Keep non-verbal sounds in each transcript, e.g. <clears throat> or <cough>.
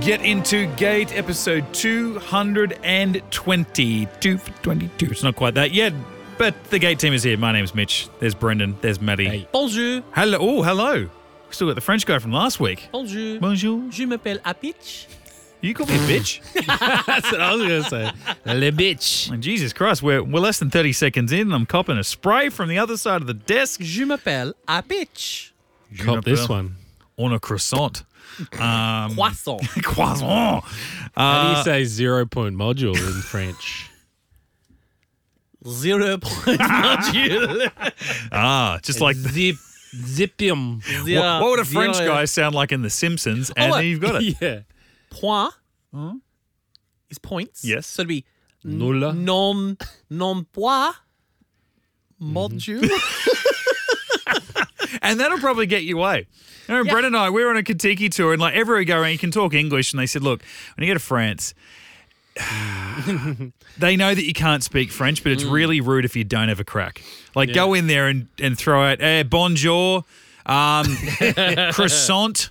get into Gate episode 220. 222. It's not quite that yet, but the Gate team is here. My name's Mitch. There's Brendan. There's Maddie. Bonjour, Hello. Oh, hello. Still got the French guy from last week. bonjour. Bonjour. Je m'appelle Apitch. You call me a bitch? That's what I was going to say. Le bitch. And Jesus Christ, we're, we're less than 30 seconds in and I'm copping a spray from the other side of the desk. Je m'appelle Apitch. Cop this one. On a croissant. <laughs> Um. Croissant. croissant. How do you say zero point module in French? Zero <laughs> point module. Ah, just like the, Zip, zipium. what, Zero- what would a French zero guy sound like in The Simpsons? And Oh, then you've got it. <laughs> <laughs> Yeah. Point is points. Yes. So it'd be Nulla. non non point module. Mm-hmm. <laughs> And that'll probably get you away. I remember Brett and I, we were on a Kentucky tour, and like everywhere you go around, you can talk English. And they said, look, when you go to France, they know that you can't speak French, but it's really rude if you don't have a crack. Like, go in there and, and throw out eh, bonjour, um, croissant.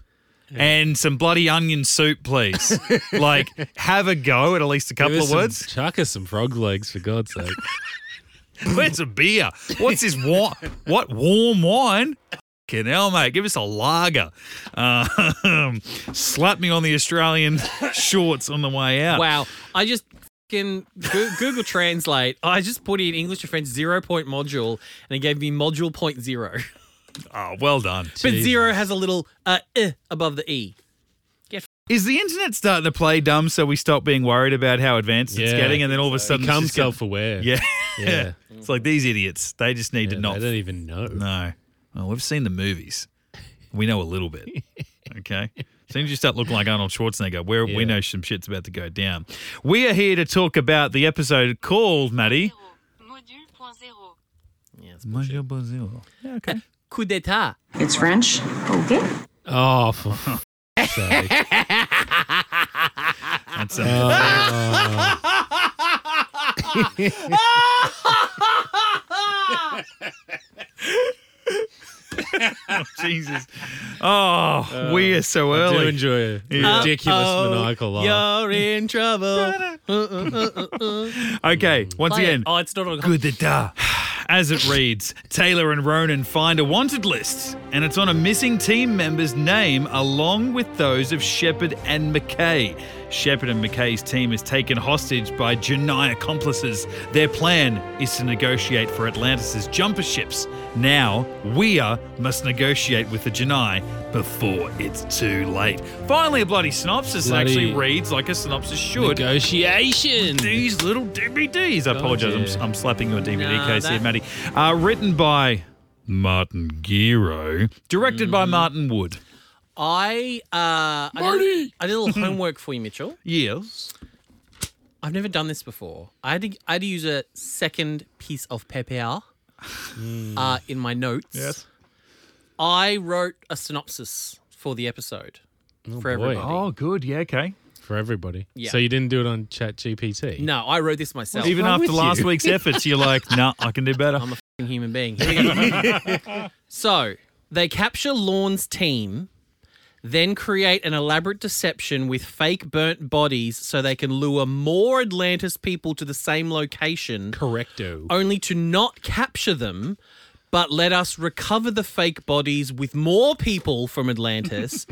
And some bloody onion soup, please. like, have a go at at least a couple Give us of some- words. Chuck us some frog legs, for <laughs> God's sake. Where's a beer? What's this warm? What warm wine? Fucking hell, mate. Give us a lager. Um, <laughs> slap me on the Australian shorts on the way out. wow. I just fucking Go- Google Translate. I just put in English to French zero point module, and it gave me module point zero. Oh, well done. But Jesus. zero has a little uh, eh above the e. Is the internet starting to play dumb so we stop being worried about how advanced it's Yeah. getting and then all of a sudden it's Become just get- self <laughs> aware. Yeah. Yeah. It's like these idiots. They just need to not I don't even know. No. Well, we've seen the movies. We know a little <laughs> bit. Okay. As soon as you start looking like Arnold Schwarzenegger, we're, we Yeah. know some shit's about to go down. We are here to talk about the episode called, Maddie. Module.0. Bonjour, bonjour. Yeah, okay. Coup d'état. It's French. Okay. <laughs> Oh, for f- sake. <laughs> <laughs> That's, uh, Jesus. Oh, we are so I do early. enjoy a ridiculous Uh-oh, maniacal laugh. Oh, You're in <laughs> trouble. okay. Once Play it. again, Oh, it's not on. Good the da. <sighs> As it reads, Taylor and Ronan find a wanted list, and it's on a missing team member's name along with those of Shepard and McKay. Shepard and McKay's team is taken hostage by Janai accomplices. Their plan is to negotiate for Atlantis's jumper ships. Now, Weir must negotiate with the Janai before it's too late. Finally, a bloody synopsis Bloody- actually reads like a synopsis should. Negotiation. These little DVDs. I Oh, apologize. dear. I'm, I'm slapping your DVD No, case here, that- Matty. Uh, written by Martin Giro, directed by Martin Wood. I uh, Marty. I did a little homework for you, Mitchell. Yes. I've never done this before. I had to, I had to use a second piece of paper Hmm. uh, in my notes. I wrote a synopsis for the episode for boy. everybody. Oh, good. Yeah. Okay. For everybody. Yeah. So you didn't do it on Chat GPT? No, I wrote this myself. Even wrong after with last you? week's efforts, you're like, nah, I can do better. I'm a fucking human being. Here we go. so they capture Lorne's team, then create an elaborate deception with fake burnt bodies so they can lure more Atlantis people to the same location, Correcto. only to not capture them. But let us recover the fake bodies with more people from Atlantis.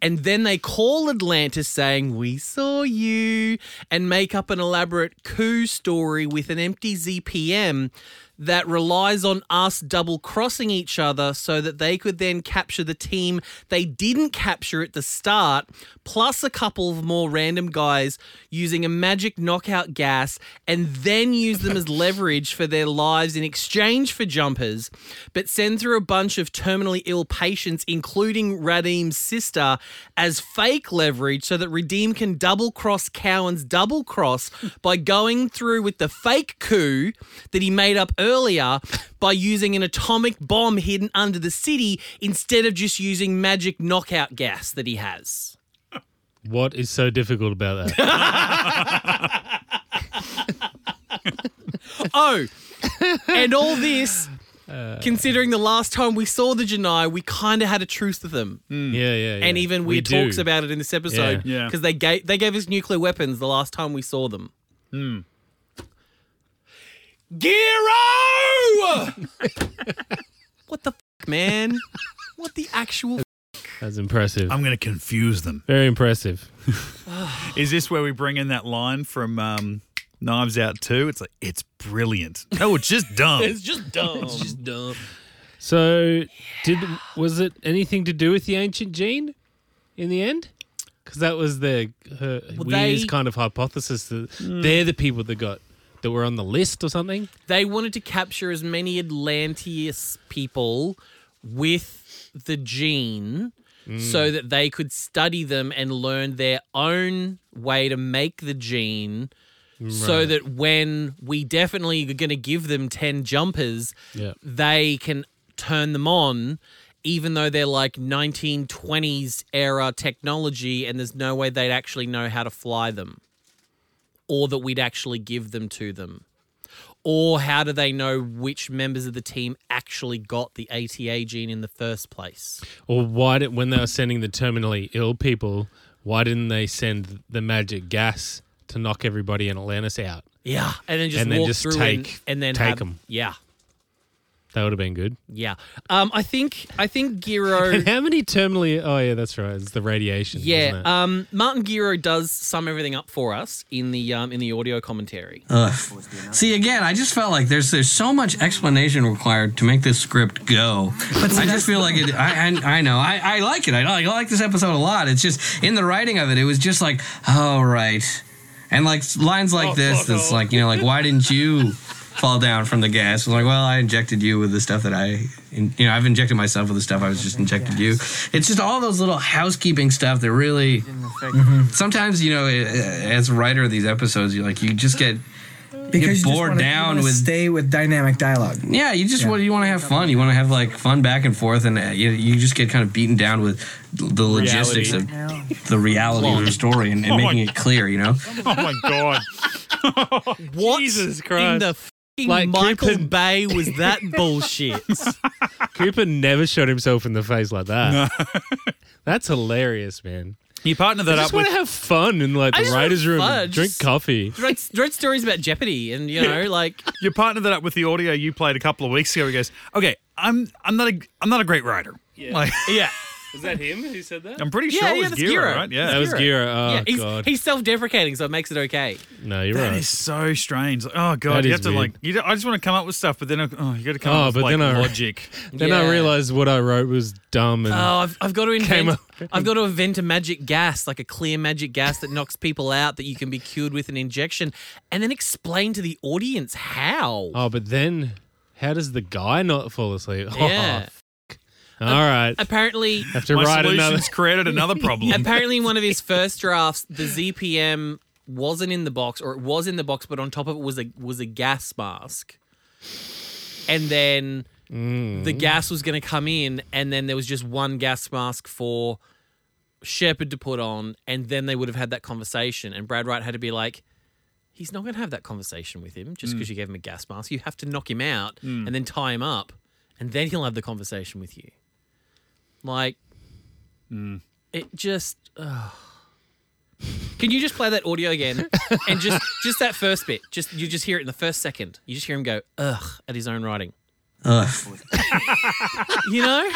and then they call Atlantis saying, We saw you, and make up an elaborate coup story with an empty ZPM that relies on us double crossing each other so that they could then capture the team they didn't capture at the start, plus a couple of more random guys using a magic knockout gas and then use them as leverage for their lives in exchange for jumpers, but send through a bunch of terminally ill patients, including Radim's sister, as fake leverage so that Redeem can double cross Cowan's double cross by going through with the fake coup that he made up earlier by using an atomic bomb hidden under the city instead of just using magic knockout gas that he has. What is so difficult about <laughs> that? Oh, and all this Considering the last time we saw the Janai, we kind of had a truce with them, Yeah, yeah, yeah. and even Weird Mm. do. talks about it in this episode because Yeah. Yeah. they gave they gave us nuclear weapons the last time we saw them. Gero! <laughs> what the fuck, man? What the actual? F- That's impressive. I'm going to confuse them. Very impressive. Is this where we bring in that line from um, Knives Out 2? It's like, it's brilliant. No, it's just dumb. just dumb. it's just dumb. So, did was it anything to do with the ancient gene in the end? Because that was the her Well, Weir's they- kind of hypothesis that they're the people that got that were on the list or something. They wanted to capture as many Atlanteus people with the gene so that they could study them and learn their own way to make the gene. So that when we definitely are going to give them 10 jumpers, Yeah. they can turn them on, even though they're like 1920s era technology and there's no way they'd actually know how to fly them or that we'd actually give them to them. Or how do they know which members of the team actually got the ATA gene in the first place? Or why did when they were sending the terminally ill people, why didn't they send the magic gas to knock everybody in Atlantis out? Yeah, and then just And then walk just through take- and, and then take have- 'em. Yeah, That would have been good. yeah. Um, I think I think Giro. <laughs> And how many terminally? Oh yeah, that's right. It's the radiation. yeah, isn't it? um, Martin Giro does sum everything up for us in the um, in the audio commentary. See, again, I just felt like there's there's so much explanation required to make this script go. I just feel like it. I I, I know. I, I like it. I, like- I like this episode a lot. It's just in the writing of it, it was just like, oh right, and like lines like this. That's like you know, like why didn't you fall down from the gas? It's like, well, I injected you with the stuff that I, in, you know, I've injected myself with the stuff I was just injected you. It's just all those little housekeeping stuff that really sometimes you know eh, as a writer of these episodes you like you just get because you just bored wanna- you down wanna with- stay with dynamic dialogue. yeah you just want you want to have fun you want to have like fun back and forth and uh, you, you just get kind of beaten down with the logistics of the reality of the story and, and Oh my- making it clear you know oh my God. What Jesus in Christ. the fucking Like Michael Cupid- Bay was <laughs> that bullshit? Cooper never shot himself in the face like that. <laughs> That's hilarious, man. You partner that up I just want with. to have fun in like I the just wanna writers' room, fudge. and drink coffee. Wrote, wrote stories about Jeopardy, and you know, like you partner that up with the audio you played a couple of weeks ago. He goes, "Okay, I'm I'm not a I'm not a great writer. <laughs> Like, <laughs> yeah, Was that him who said that? I'm pretty Yeah, sure yeah, it was that's Giro, Giro. right? Yeah, That was Gira. Oh yeah. He's, god. he's self-deprecating, so it makes it okay. no, you're That right. is so strange. Like, oh god, That you is have to like. weird. You don't- I just want to come up with stuff, but then I, oh, you got to come Oh, up with but like, then I- <laughs> logic. then Yeah. I realized what I wrote was dumb and Oh, I've, I've got to invent. up- I've got to invent a magic gas, like a clear magic gas that knocks people out that you can be cured with an injection, and then explain to the audience how. oh, but then how does the guy not fall asleep? <laughs> Oh, yeah. All right. Apparently, have to My write solutions another. created another <laughs> problem. apparently, in one of his first drafts, the ZPM wasn't in the box, or it was in the box, but on top of it was a was a gas mask, and then the gas was going to come in, and then there was just one gas mask for Shepard to put on, and then they would have had that conversation. And Brad Wright had to be like, he's not going to have that conversation with him just because you gave him a gas mask. You have to knock him out and then tie him up, and then he'll have the conversation with you. Like, it just. ugh. Can you just play that audio again, and just just that first bit? Just you just hear it in the first second. You just hear him go ugh at his own writing. Ugh. You know,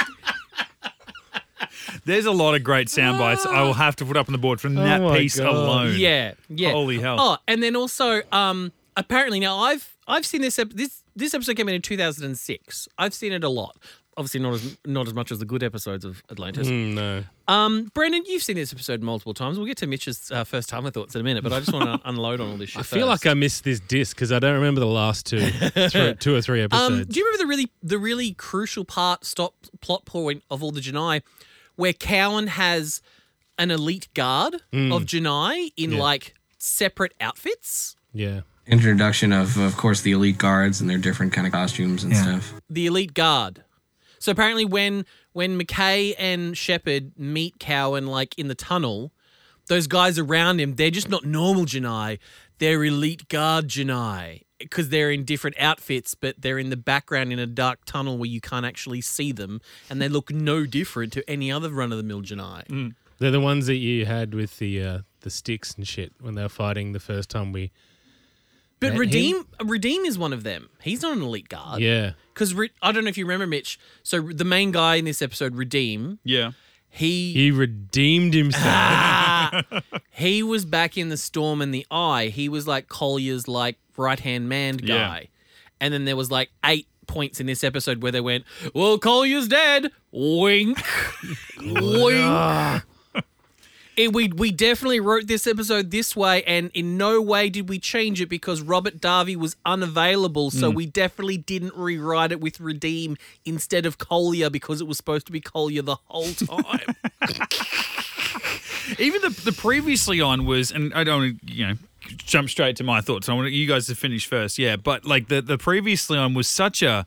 There's a lot of great sound bites I will have to put up on the board from that Oh my piece God. alone. Yeah, yeah. Holy hell. Oh, and then also, um, apparently now I've I've seen this ep- this this episode came out in two thousand and six. I've seen it a lot. Obviously, not as not as much as the good episodes of Atlantis. <laughs> Mm, <laughs> no. Um, Brendan, you've seen this episode multiple times. We'll get to Mitch's uh, first time thoughts in a minute, but I just want to <laughs> unload on all this shit. I feel like I missed this disc because I don't remember the <laughs> last two, three, two or three Um, episodes. do you remember the really the really crucial part stop plot point of all the Janai, where Cowan has an elite guard of Janai in like separate outfits? yeah. introduction of of course the elite guards and their different kind of costumes and stuff the elite guard. So apparently, when when McKay and Shepard meet Cowan like in the tunnel, those guys around him, they're just not normal Janai. They're elite guard Janai, because they're in different outfits, but they're in the background in a dark tunnel where you can't actually see them, and they look no different to any other run of the mill Janai. Mm. They're the ones that you had with the uh, the sticks and shit when they were fighting the first time we. But That he- Redeem, Redeem is one of them. He's not an elite guard. Yeah. Because Re- I don't know if you remember, Mitch. So the main guy in this episode, Redeem, Yeah. he He redeemed himself. <laughs> he was back in the storm and the eye. He was like Collier's like right hand man guy. Yeah. And then there was like eight points in this episode where they went, "Well, Collier's dead." Wink, wink. It, we we definitely wrote this episode this way, and in no way did we change it because Robert Darby was unavailable. So we definitely didn't rewrite it with Redeem instead of Collier because it was supposed to be Collier the whole <laughs> time. Even the the previously on was, and I don't want to, you know, jump straight to my thoughts. I want you guys to finish first, yeah. But like the the previously on was such a,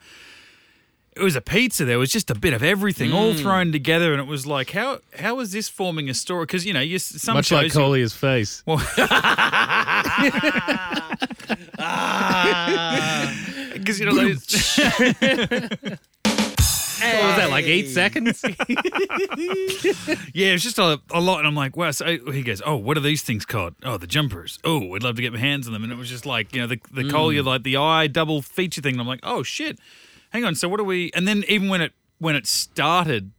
it was a pizza. There was just a bit of everything all Mm. thrown together, and it was like, how how is this forming a story? Because you know, you some Much like shows you- Collier's face. <laughs> Because you know, <laughs> those, What was that, like eight seconds? yeah, it's just a, a lot. And I'm like, wow. So he goes, oh, what are these things called? Oh, the jumpers. Oh, I'd love to get my hands on them. And it was just like, you know, the the collier, like the eye double feature thing. And I'm like, oh shit, hang on. So what are we? And then even when it when it started,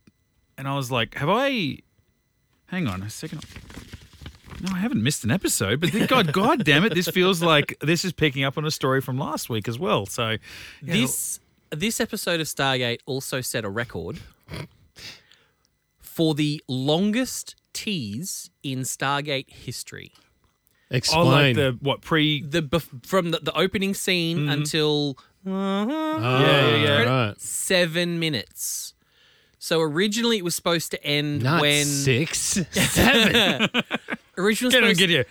and I was like, have I? Hang on a second. No, I haven't missed an episode, but then- God, God damn it, this feels like <laughs> this is picking up on a story from last week as well. So, yeah, This this episode of Stargate also set a record for the longest tease in Stargate history. oh, Explain. like the what pre? The bef- from the, the opening scene Mm-hmm. until Ah, Yeah, yeah, yeah. Right. 7 minutes. So originally it was supposed to end Not when six, <laughs> seven. originally Get, supposed- get your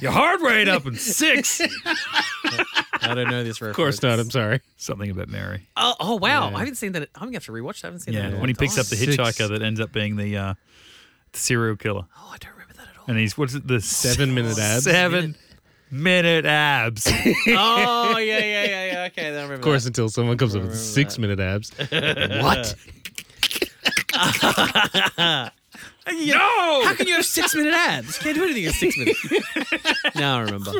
your heart rate up in six. I don't know this reference. of course not. I'm sorry. Something about Mary. Oh, oh, wow. I haven't seen that. I'm going to have to rewatch that. I haven't seen that. Yeah, in a when he long picks up the Six. hitchhiker that ends up being the, uh, the serial killer, time. Oh, I don't remember that at all. and he's what's it the seven Seven minute abs. Of seven minute <laughs> abs. oh, yeah, yeah, yeah, yeah. Okay, then I remember. Of course, until someone comes up with six <laughs> minute abs. what? no, <laughs> How can you have six minute abs? Can't do anything in six minutes. <laughs> now I remember.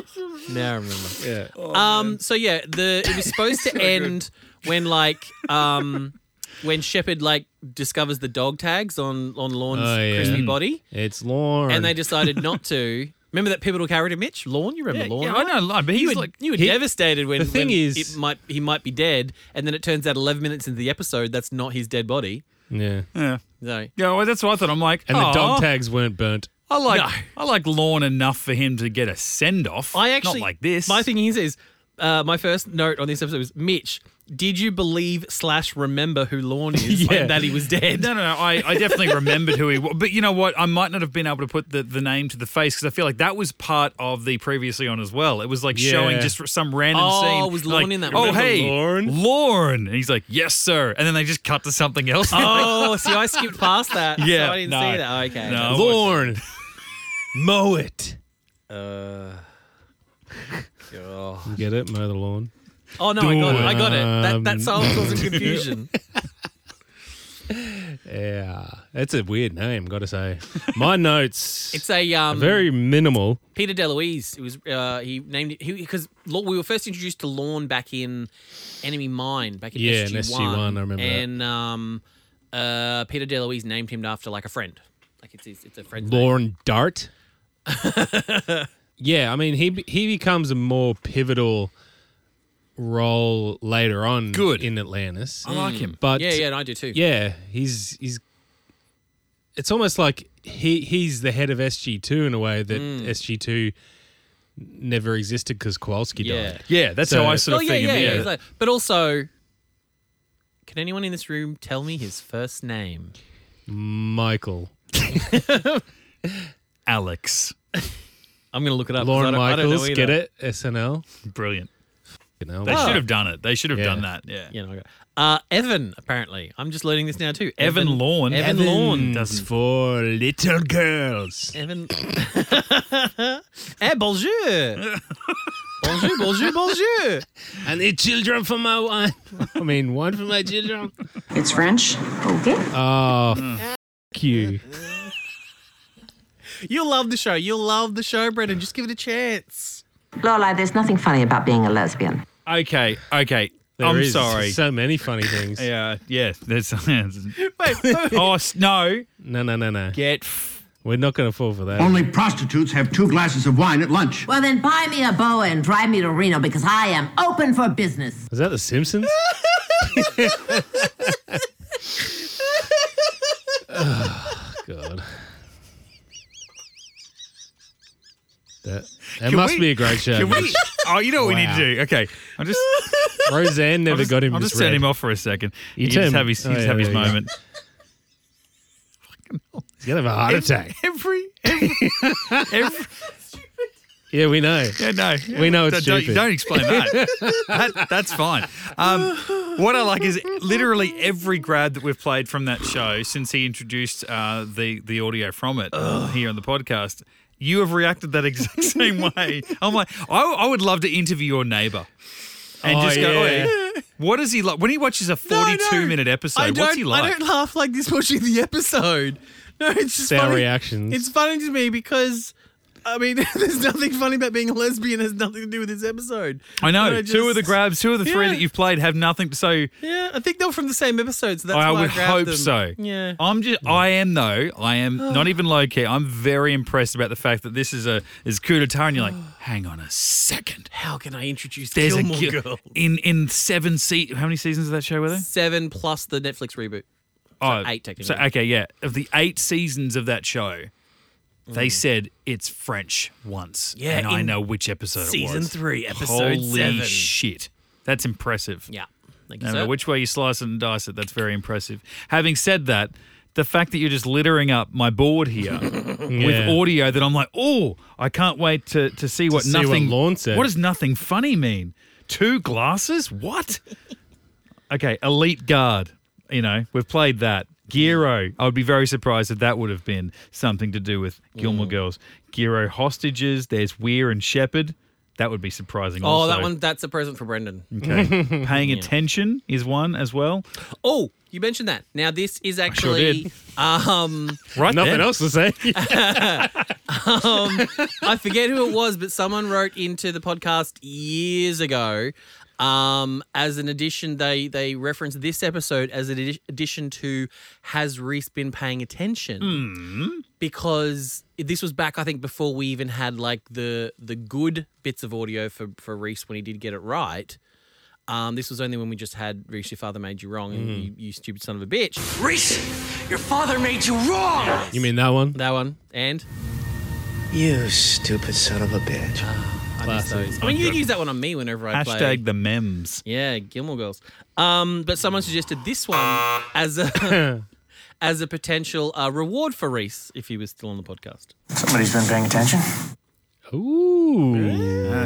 Now I remember. Yeah. Oh, um. So yeah, the it was supposed <laughs> to end when like um when Shepard like discovers the dog tags on on Lorne's Oh, yeah. crispy body, It's Lauren. and they decided not to. Remember that pivotal character, Mitch Lorne? You remember Lorne? yeah, I right? know, like, but You he's were, like you were he- devastated when the thing when is- it might he might be dead, and then it turns out eleven minutes into the episode that's not his dead body. yeah. yeah, So yeah. Well, "Oh, that's what I thought. I'm like, And the "Aw, dog tags weren't burnt. I like No. I like Lorne enough for him to get a send off. I actually not like this. My thing is, is uh, my first note on this episode was Mitch. Did you believe slash remember who Lorne is Yeah. and that he was dead? No, no, no. I, I definitely remembered who he was. But you know what? I might not have been able to put the, the name to the face because I feel like that was part of the previously on as well. It was like Yeah. showing just some random Oh, scene. it was like, Lorne in that Oh, one. hey, Lorne?" Lorne. And he's like, yes, sir. And then they just cut to something else. <laughs> Oh, see, I skipped past that. so Yeah, I didn't no. see that. Oh, okay. No. Lorne. <laughs> Mow it. Uh, Oh. Get it? Mow the lawn. Oh, no, I got it. I got it. That, that Um, song causing confusion. Yeah. That's a weird name, gotta say. My <laughs> notes. It's a um, very minimal. Peter DeLuise. It was uh, he named it because we were first introduced to Lorne back in Enemy Mine back in Yeah, in SG1, SG1, I remember that. And um, uh, Peter DeLuise named him after like a friend. Like it's his- it's a friend. Lauren Dart. <laughs> yeah, I mean he he becomes a more pivotal role later on Good. Oh. in Atlantis. I like him. But Yeah, yeah, and I do too. yeah, he's he's it's almost like he he's the head of SG2 in a way that SG2 never existed cuz Kowalski Yeah. died. Yeah, that's So- how I sort Oh of yeah, figured yeah, it yeah. out. It's like- but also, can anyone in this room tell me his first name? Michael. Alex. I'm gonna look it up. 'cause I Lauren don't- I don't know Michaels, get either. it? SNL. Brilliant. You know, "Ah, They Oh. wow. should have done it. They should have Yeah. done that. Yeah. You know, I got- uh, Evan. Apparently, I'm just learning this now too. Evan Lorne. Evan, Evan Lorne. It's for little <laughs> girls. Evan. eh, bonjour. Bonjour, bonjour, bonjour. I need children for my wine. <laughs> I mean, wine for my children. It's French. Okay. Oh, f- you. You'll love the show. You'll love the show, Brendan. Just give it a chance. Lola, there's nothing funny about being a lesbian. Okay, okay. There I'm is sorry. So many funny things. yeah, yes. <laughs> <laughs> That's, Wait, wait. oh s- no! No, no, no, no. Get f- We're not going to fall for that. Only prostitutes have two glasses of wine at lunch. Well, then buy me a boa and drive me to Reno because I am open for business. Is that <laughs> The Simpsons? <sighs> oh, God. That, that Can must we- be a great show. Can we? Mitch. Oh, you know what we need Wow. to do. Okay, I'm just. Roseanne never I'll just, got him. I'll just misread. turn him off for a second. You You turn- just have his, oh, you just yeah, have his there you go. moment. He's gonna have a heart attack. <laughs> Every, every, every Yeah, we know. yeah, no, We know it's don't, don't- stupid. Don't explain that. that that's fine. Um, what I like is literally every grab that we've played from that show since he introduced uh, the the audio from it uh, here on the podcast. You have reacted that exact <laughs> same way. I'm like, I, I would love to interview your neighbor and Oh, just go, oh, yeah. yeah. what is he like when he watches a 42 minute I episode? don't, What's he like? I don't laugh like this watching the episode. No, it's just It's our funny. reactions. It's funny to me because. I mean, <laughs> there's nothing funny about being a lesbian. It has nothing to do with this episode. I know. But two of the just- grabs, two of the three Yeah. that you've played have nothing. So Yeah, I think they were from the same episode, so that's I why would I grabbed hope them. so. Oh, Yeah. I'm just. I am though. I <sighs> am not even low key. I'm very impressed about the fact that this is a is coup d'etat, and you're like, <gasps> hang on a second. How can I introduce There's Gilmore a Gil- Girl? in in seven se- How many seasons of that show were there? Seven plus the Netflix reboot. Oh, eight, So technically. okay, yeah. Of the eight seasons of that show, they said it's French once. Mm. Yeah, and I in know which episode it season was. three, episode Holy seven. shit, that's impressive. Yeah. Thank you, No sir. matter which way you slice it and dice it, that's very impressive. Having said that, the fact that you're just littering up my board <laughs> here with Yeah. audio that I'm like, oh, I can't wait to, to see what see what nothing. Lorne said." what does nothing funny mean? Two glasses? What? okay, elite guard. You know, we've played that. Giro. I would be very surprised if that would have been something to do with Mm. Gilmore Girls. Giro hostages. There's Weir and Shepherd. That would be surprising. Oh, also. that one, that's a present for Brendan. Mm. Okay. Paying attention is one as well. Oh, you mentioned that. Now, this is actually. did. um, Right Nothing then. else <laughs> to say. I forget who it was, but someone wrote into the podcast years ago. Um, as an addition, they they referenced this episode as an addi- addition to "Has Reese been paying attention?" Because this was back, I think, before we even had like the the good bits of audio for for Reese when he did get it right. Um, this was only when we just had Reese, your father made you wrong, and you, you stupid son of a bitch. Reese, your father made you wrong! you mean that one? That one and You stupid son of a bitch. I miss those. I mean, you use that one on me whenever I play. Hashtag the memes. Yeah, Gilmore Girls. Um, but someone suggested this one as a <laughs> as a potential uh, reward for Reese if he was still on the podcast. Somebody's been paying attention. Ooh. Oh,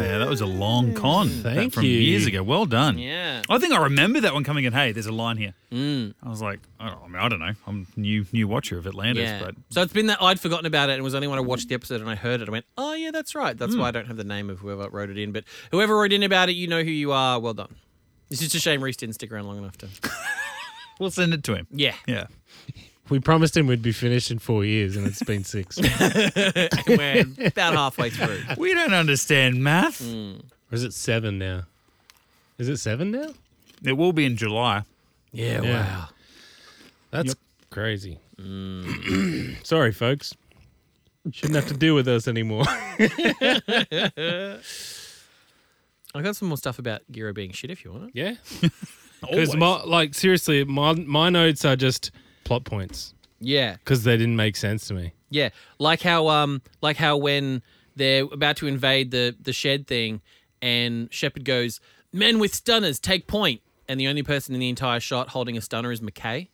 yeah, that was a long con. that Thank from you. years ago. Well done. Yeah. I think I remember that one coming in. Hey, there's a line here. I was like, oh, I, mean, I don't know. I'm new new watcher of Atlantis, Yeah. but So it's been that I'd forgotten about it, and it was only when I watched the episode and I heard it, I went, "Oh yeah, that's right." That's why I don't have the name of whoever wrote it in, but whoever wrote in about it, you know who you are. Well done. It's just a shame Reese didn't stick around long enough to. we'll send it to him. <laughs> Yeah. Yeah. We promised him we'd be finished in four years, and it's been <laughs> six. or <laughs> We're about halfway through. We don't understand math. is it seven now? Is it seven now? It will be in July. Yeah. Yeah. Wow. That's crazy. Mm. <clears throat> Sorry, folks. Shouldn't have to deal with us anymore. <laughs> I got some more stuff about Giro being shit if you want it. yeah. Because, like, seriously, my, my notes are just plot points Yeah. because they didn't make sense to me. Yeah, like how um, like how when they're about to invade the the shed thing, and Shepard goes, "Men with stunners take point," and the only person in the entire shot holding a stunner is <laughs> McKay.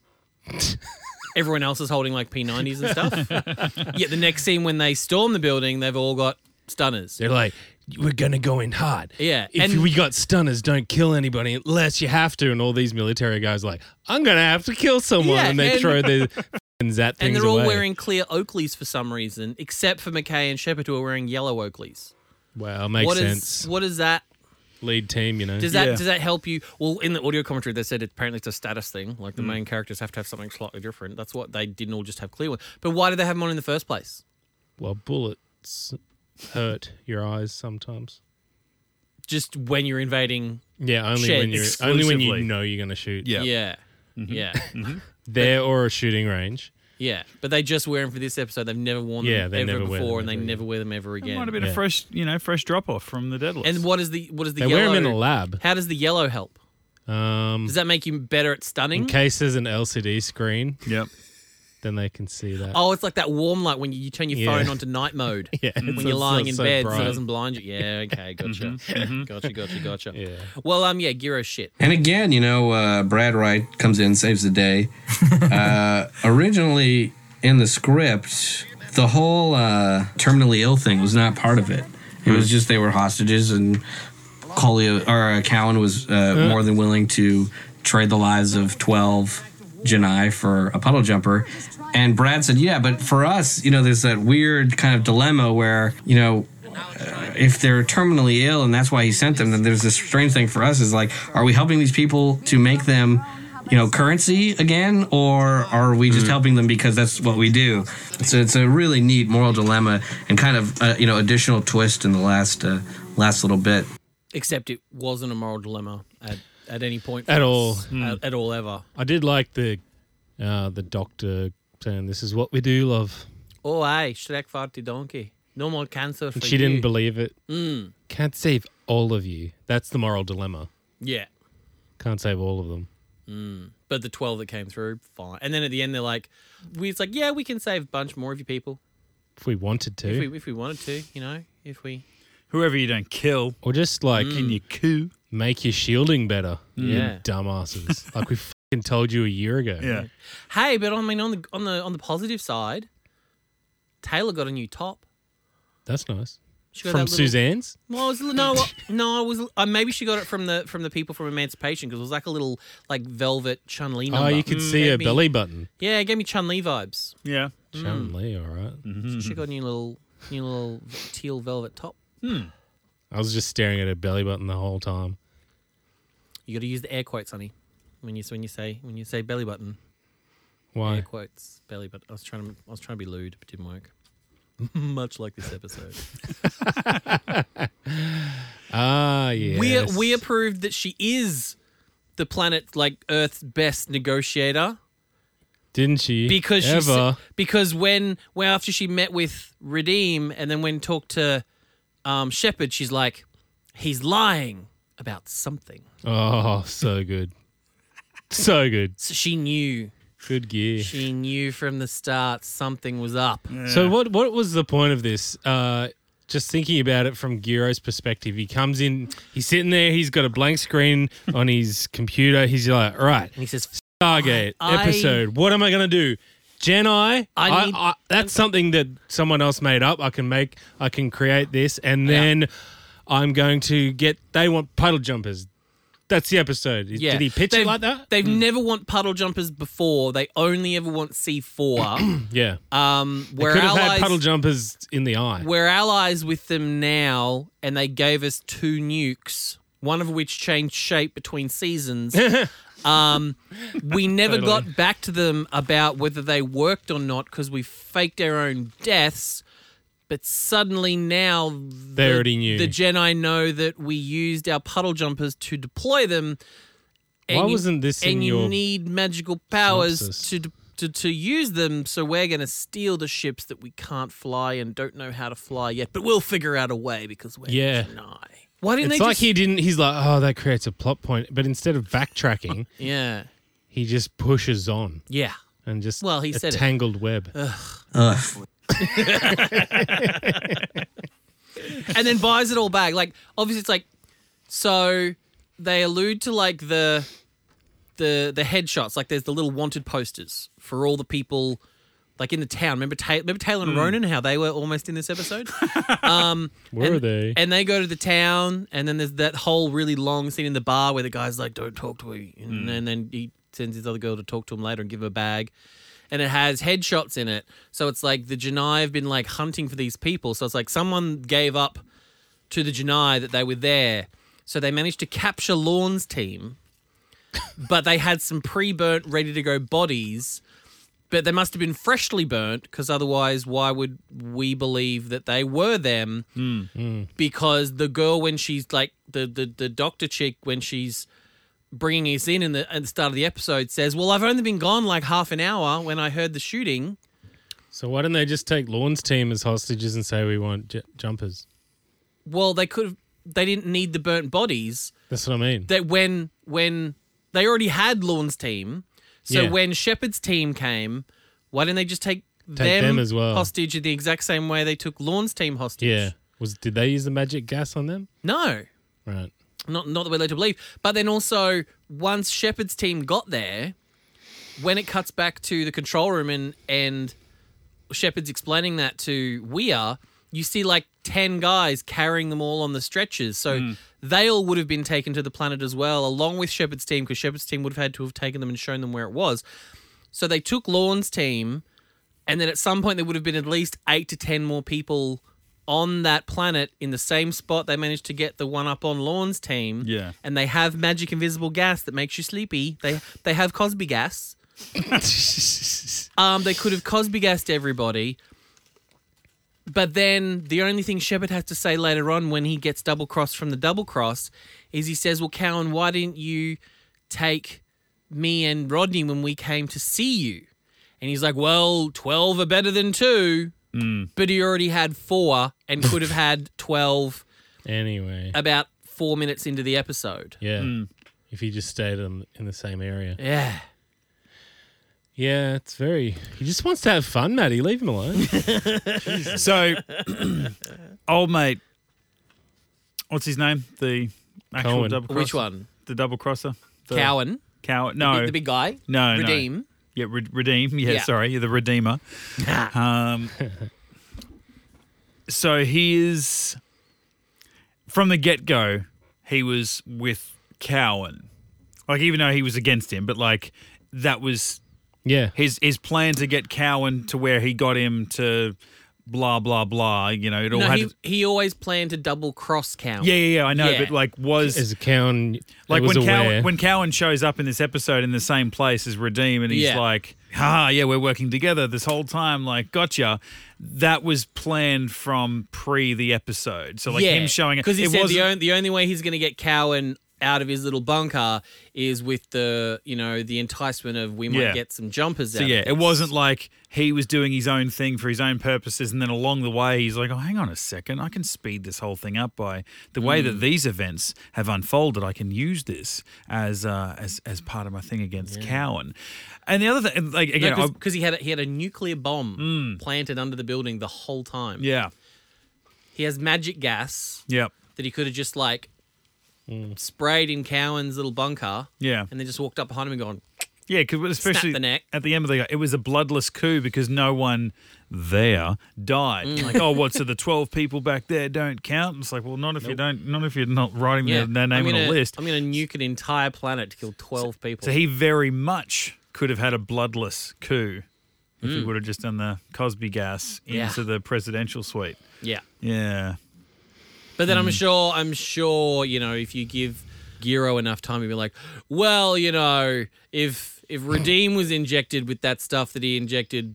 Everyone else is holding like P90s and <laughs> stuff. Yet the next scene when they storm the building, they've all got stunners. They're like, we're gonna go in hard. Yeah, If and- we got stunners, don't kill anybody unless you have to. And all these military guys are like, I'm gonna have to kill someone, Yeah, and they and- <laughs> throw their <laughs> f***ing zat things And they're all away. wearing clear Oakleys for some reason, except for McKay and Shepard, who are wearing yellow Oakleys. Well, makes What is sense. what is that? Lead team, you know. Does that Yeah. does that help you? Well, in the audio commentary, they said it, apparently it's a status thing. Like the Mm. main characters have to have something slightly different. That's what they didn't all just have clear one. But why did they have them on in the first place? well, bullets hurt your eyes sometimes. Just when you're invading. Yeah, only when you Shed. only when you Exclusively. know you're going to shoot. Yeah. Yeah. Mm-hmm. <laughs> Yeah. there or a shooting range. yeah. But they just wear them for this episode. They've never worn Yeah, them they ever never wear before, them and they ever, yeah. never wear them ever It again. might have been a Yeah. fresh, you know, fresh drop off from the Daedalus. and what is the what is the They yellow? wear them in a lab. How does the yellow help? Um, Does that make you better at in stunning? case there's an LCD screen, Yep. then they can see that. Oh, it's like that warm light when you, you turn your Yeah. phone onto night mode <laughs> Yeah, when it's- you're it's lying so- in so bed, so bright. Mm-hmm, it doesn't blind you. Yeah, <laughs> okay, gotcha, gotcha, gotcha, gotcha. Yeah. Well, um, yeah, Giro shit. And again, you know, uh, Brad Wright comes in, saves the day. uh, originally in the script, the whole uh, terminally ill thing was not part of it. It was just they were hostages, and Colio or uh, Cowan was uh, more than willing to trade the lives of twelve Janai for a puddle jumper. And Brad said, "Yeah, but for us, you know, there's that weird kind of dilemma where you know." uh, if they're terminally ill and that's why he sent them, then there's this strange thing for us is like, are we helping these people to make them, you know, currency again, or are we just helping them because that's what we do? So it's a really neat moral dilemma and kind of uh, you know additional twist in the last uh, last little bit. Except it wasn't a moral dilemma at, at any point. At for all. Hmm. us. at, at all ever. I did like the uh, the doctor saying, "This is what we do, love." Oh, aye, Shrek farty donkey. No more cancer for And she you. Mm. didn't believe it. Can't save all of you. That's the moral dilemma. yeah, Can't save all of them. but the twelve that came through, fine. And then at the end, they're like, we, "It's like, yeah, we can save a bunch more of you people If we wanted to, if we if we wanted to, you know, if we." Whoever you don't kill or just like in your coup. make your shielding better. you Mm. Yeah. dumbasses. like we <laughs> fucking told you a year ago. Yeah. Hey, but I mean, on the on the on the positive side, Taylor got a new top. that's nice. She got From that little- Suzanne's. Well, it was, no, I- no, I was. Uh, maybe she got it from the from the people from Emancipation because it was like a little like velvet Chun Li. Mm. Oh, you could see her belly button. Yeah, it gave me Chun Li vibes. Yeah. Mm. Chun Li, all right. She got a new little new little teal velvet top. I was just staring at her belly button the whole time. You got to use the air quotes, honey. When you when you say when you say belly button, air Why? quotes belly button. I was trying to I was trying to be lewd, but didn't work. <laughs> Much like this episode. Ah, yeah. We we approved that she is the planet like Earth's best negotiator didn't she? because she ever. sa- because when well after she met with Redeem and then when talked to um, Shepard, she's like, he's lying about something. Oh, so good. so good. So she knew Good gear. she knew from the start something was up. So what what was the point of this? Uh just thinking about it from Giro's perspective, he comes in, he's sitting there, he's got a blank screen on his computer. He's like, all right, And he says, Stargate I- episode. What am I going to do? Jedi. I, I, need- that's something that someone else made up. I can make. I can create this, and then I'm going to get. They want puddle jumpers. That's the episode. "Yeah." Did he pitch they've, it like that? Hmm. They've never want puddle jumpers before. They only ever want C <clears throat> four. yeah. um, They where could have had allies puddle jumpers in the eye. We're allies with them now, and they gave us two nukes, one of which changed shape between <laughs> seasons. um, we never got back to them about whether they worked or not because we faked our own deaths. But suddenly now, They already knew. the Jedi know that we used our puddle jumpers to deploy them. and Why you- wasn't this in And you your- need magical powers Synopsis. to, d- to to use them. So we're going to steal the ships that we can't fly and don't know how to fly yet, but we'll figure out a way because we're Yeah. Jedi. Why didn't it's they like just? he didn't. He's like, oh, that creates a plot point. But instead of <laughs> backtracking, yeah, he just pushes on yeah. and just Well, he a said it. Uh, tangled web. and then buys it all back. Like obviously, it's like so they allude to like the the the headshots. Like there's the little wanted posters for all the people like in the town. Remember, Ta- remember Taylor Hmm. and Ronan, how they were almost in this episode. Where are they? And they go to the town, and then there's that whole really long scene in the bar where the guy's like, "Don't talk to me," and, and then he sends his other girl to talk to him later and give him a bag. And it has headshots in it, so it's like the Janai have been like hunting for these people. So it's like someone gave up to the Janai that they were there. So they managed to capture Lawn's team, but they had some pre burnt, ready to go bodies. But they must have been freshly burnt because otherwise, why would we believe that they were them? Because the girl, when she's like the, the, the doctor chick, when she's bringing us in in the, at the start of the episode, says, Well, I've only been gone like half an hour when I heard the shooting. So why don't they just take Lawn's team as hostages and say we want j- jumpers? Well, they could have, they didn't need the burnt bodies. That's what I mean. that when when they already had Lawn's team, so Yeah. when Shepard's team came, why didn't they just take, them as well. hostage in the exact same way they took Lawn's team hostage? yeah. Was did they use the magic gas on them? No, Right. not not that we're led to believe. But then also, once Shepard's team got there, when it cuts back to the control room and and Shepard's explaining that to Weir, you see like ten guys carrying them all on the stretchers. So they all would have been taken to the planet as well, along with Shepard's team, because Shepard's team would have had to have taken them and shown them where it was. So they took Lawn's team, and then at some point there would have been at least eight to ten more people on that planet in the same spot they managed to get the one up on Lawn's team. Yeah. And they have magic invisible gas that makes you sleepy. They they have Cosby gas. um they could have Cosby gassed everybody. But then the only thing Shepard has to say later on when he gets double crossed from the double cross is he says, Well, Cowan, why didn't you take me and Rodney when we came to see you? And he's like, Well, 12 are better than two. Mm. But he already had four and could have had <laughs> 12 Anyway. about four minutes into the episode. yeah. Hmm. If he just stayed in, in the same area. Yeah. Yeah, it's very. He just wants to have fun, Matty. Leave <laughs> him alone. So, <clears throat> old mate, what's his name? The actual Cohen. double crosser? Which one? The double crosser? The Cowan, Cowan. No. the big guy. No, no. Redeem. Yeah, re- redeem. Yeah, Yeah. sorry, you're the <laughs> redeemer. um, so he is from the get go. He was with Cowan, like even though he was against him, but like that was yeah. his his plan to get Cowan to where he got him to blah blah blah. You know, it all No, had. he, to, he always planned to double cross Cowan. yeah, yeah, yeah. I know, Yeah. but like was As a clown, like was when aware. Cowan, when Cowan shows up in this episode in the same place as Redeem, and he's Yeah. like, "Ha, yeah, we're working together this whole time." Like, gotcha. That was planned from pre the episode. So like him showing because he it said wasn't- the only, the only way he's going to get Cowan out of his little bunker is with the you know the enticement of we might Yeah. get some jumpers out. So of yeah, this. it wasn't like he was doing his own thing for his own purposes, and then along the way he's like, "Oh, hang on a second, I can speed this whole thing up by the way Hmm. that these events have unfolded. I can use this as uh, as as part of my thing against Cowan." And the other thing, like again, I- Mm. because he had a, he had a nuclear bomb planted under the building the whole time. yeah, He has magic gas yeah, that he could have just like Mm. sprayed in Cowan's little bunker. yeah. And then just walked up behind him and gone. Yeah, because especially the neck. at the end of the it was a bloodless coup because no one there died. Mm. Like, oh, what? <laughs> So the twelve people back there don't count? And it's like, well, not if you don't, not if you're not writing Yeah, their, their name I'm gonna, on a list. I'm going to nuke an entire planet to kill twelve people. so he very much could have had a bloodless coup if he would have just done the Cosby gas Yeah. into the presidential suite. yeah. Yeah, But then I'm sure, I'm sure, you know, if you give Giro enough time, he'd be like, well, you know, if if Redeem was injected with that stuff that he injected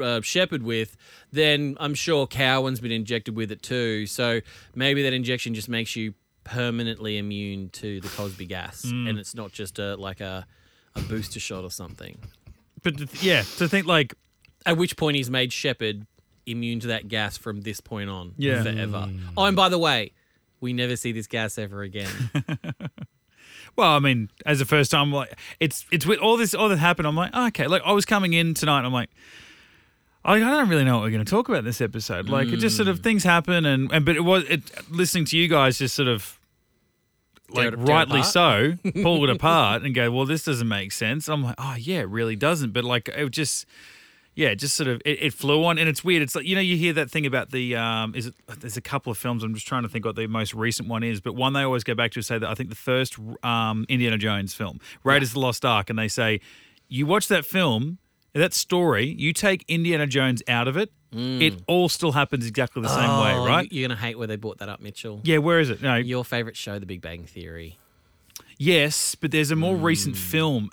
uh, Shepard with, then I'm sure Cowan's been injected with it too. So maybe that injection just makes you permanently immune to the Cosby gas, and it's not just a like a a booster shot or something. but to th- yeah, to think like At which point he's made Shepard immune to that gas from this point on Yeah. forever. Oh, and by the way, we never see this gas ever again. Well, I mean, as a first time, like it's it's with all this all that happened. I'm like, oh, okay, like I was coming in tonight. and I'm like, I, I don't really know what we're going to talk about this episode. Like it just sort Mm. of things happen, and and but it was it listening to you guys just sort of like Tear it- tear it rightly apart. <laughs> so pull it apart and go, well, this doesn't make sense. I'm like, oh yeah, it really doesn't. But like it just. Yeah, it just sort of it, it flew on, and it's weird. It's like you know you hear that thing about the um, is it? There's a couple of films. I'm just trying to think what the most recent one is, but one they always go back to is say that I think the first um, Indiana Jones film, Raiders of the Lost Ark, and they say you watch that film, that story, you take Indiana Jones out of it, It all still happens exactly the same Oh, way, <laughs> right? You're going to hate where they brought that up, Mitchell. yeah, where is it? No. Your favorite show, The Big Bang Theory. Yes, but there's a more recent film. Um,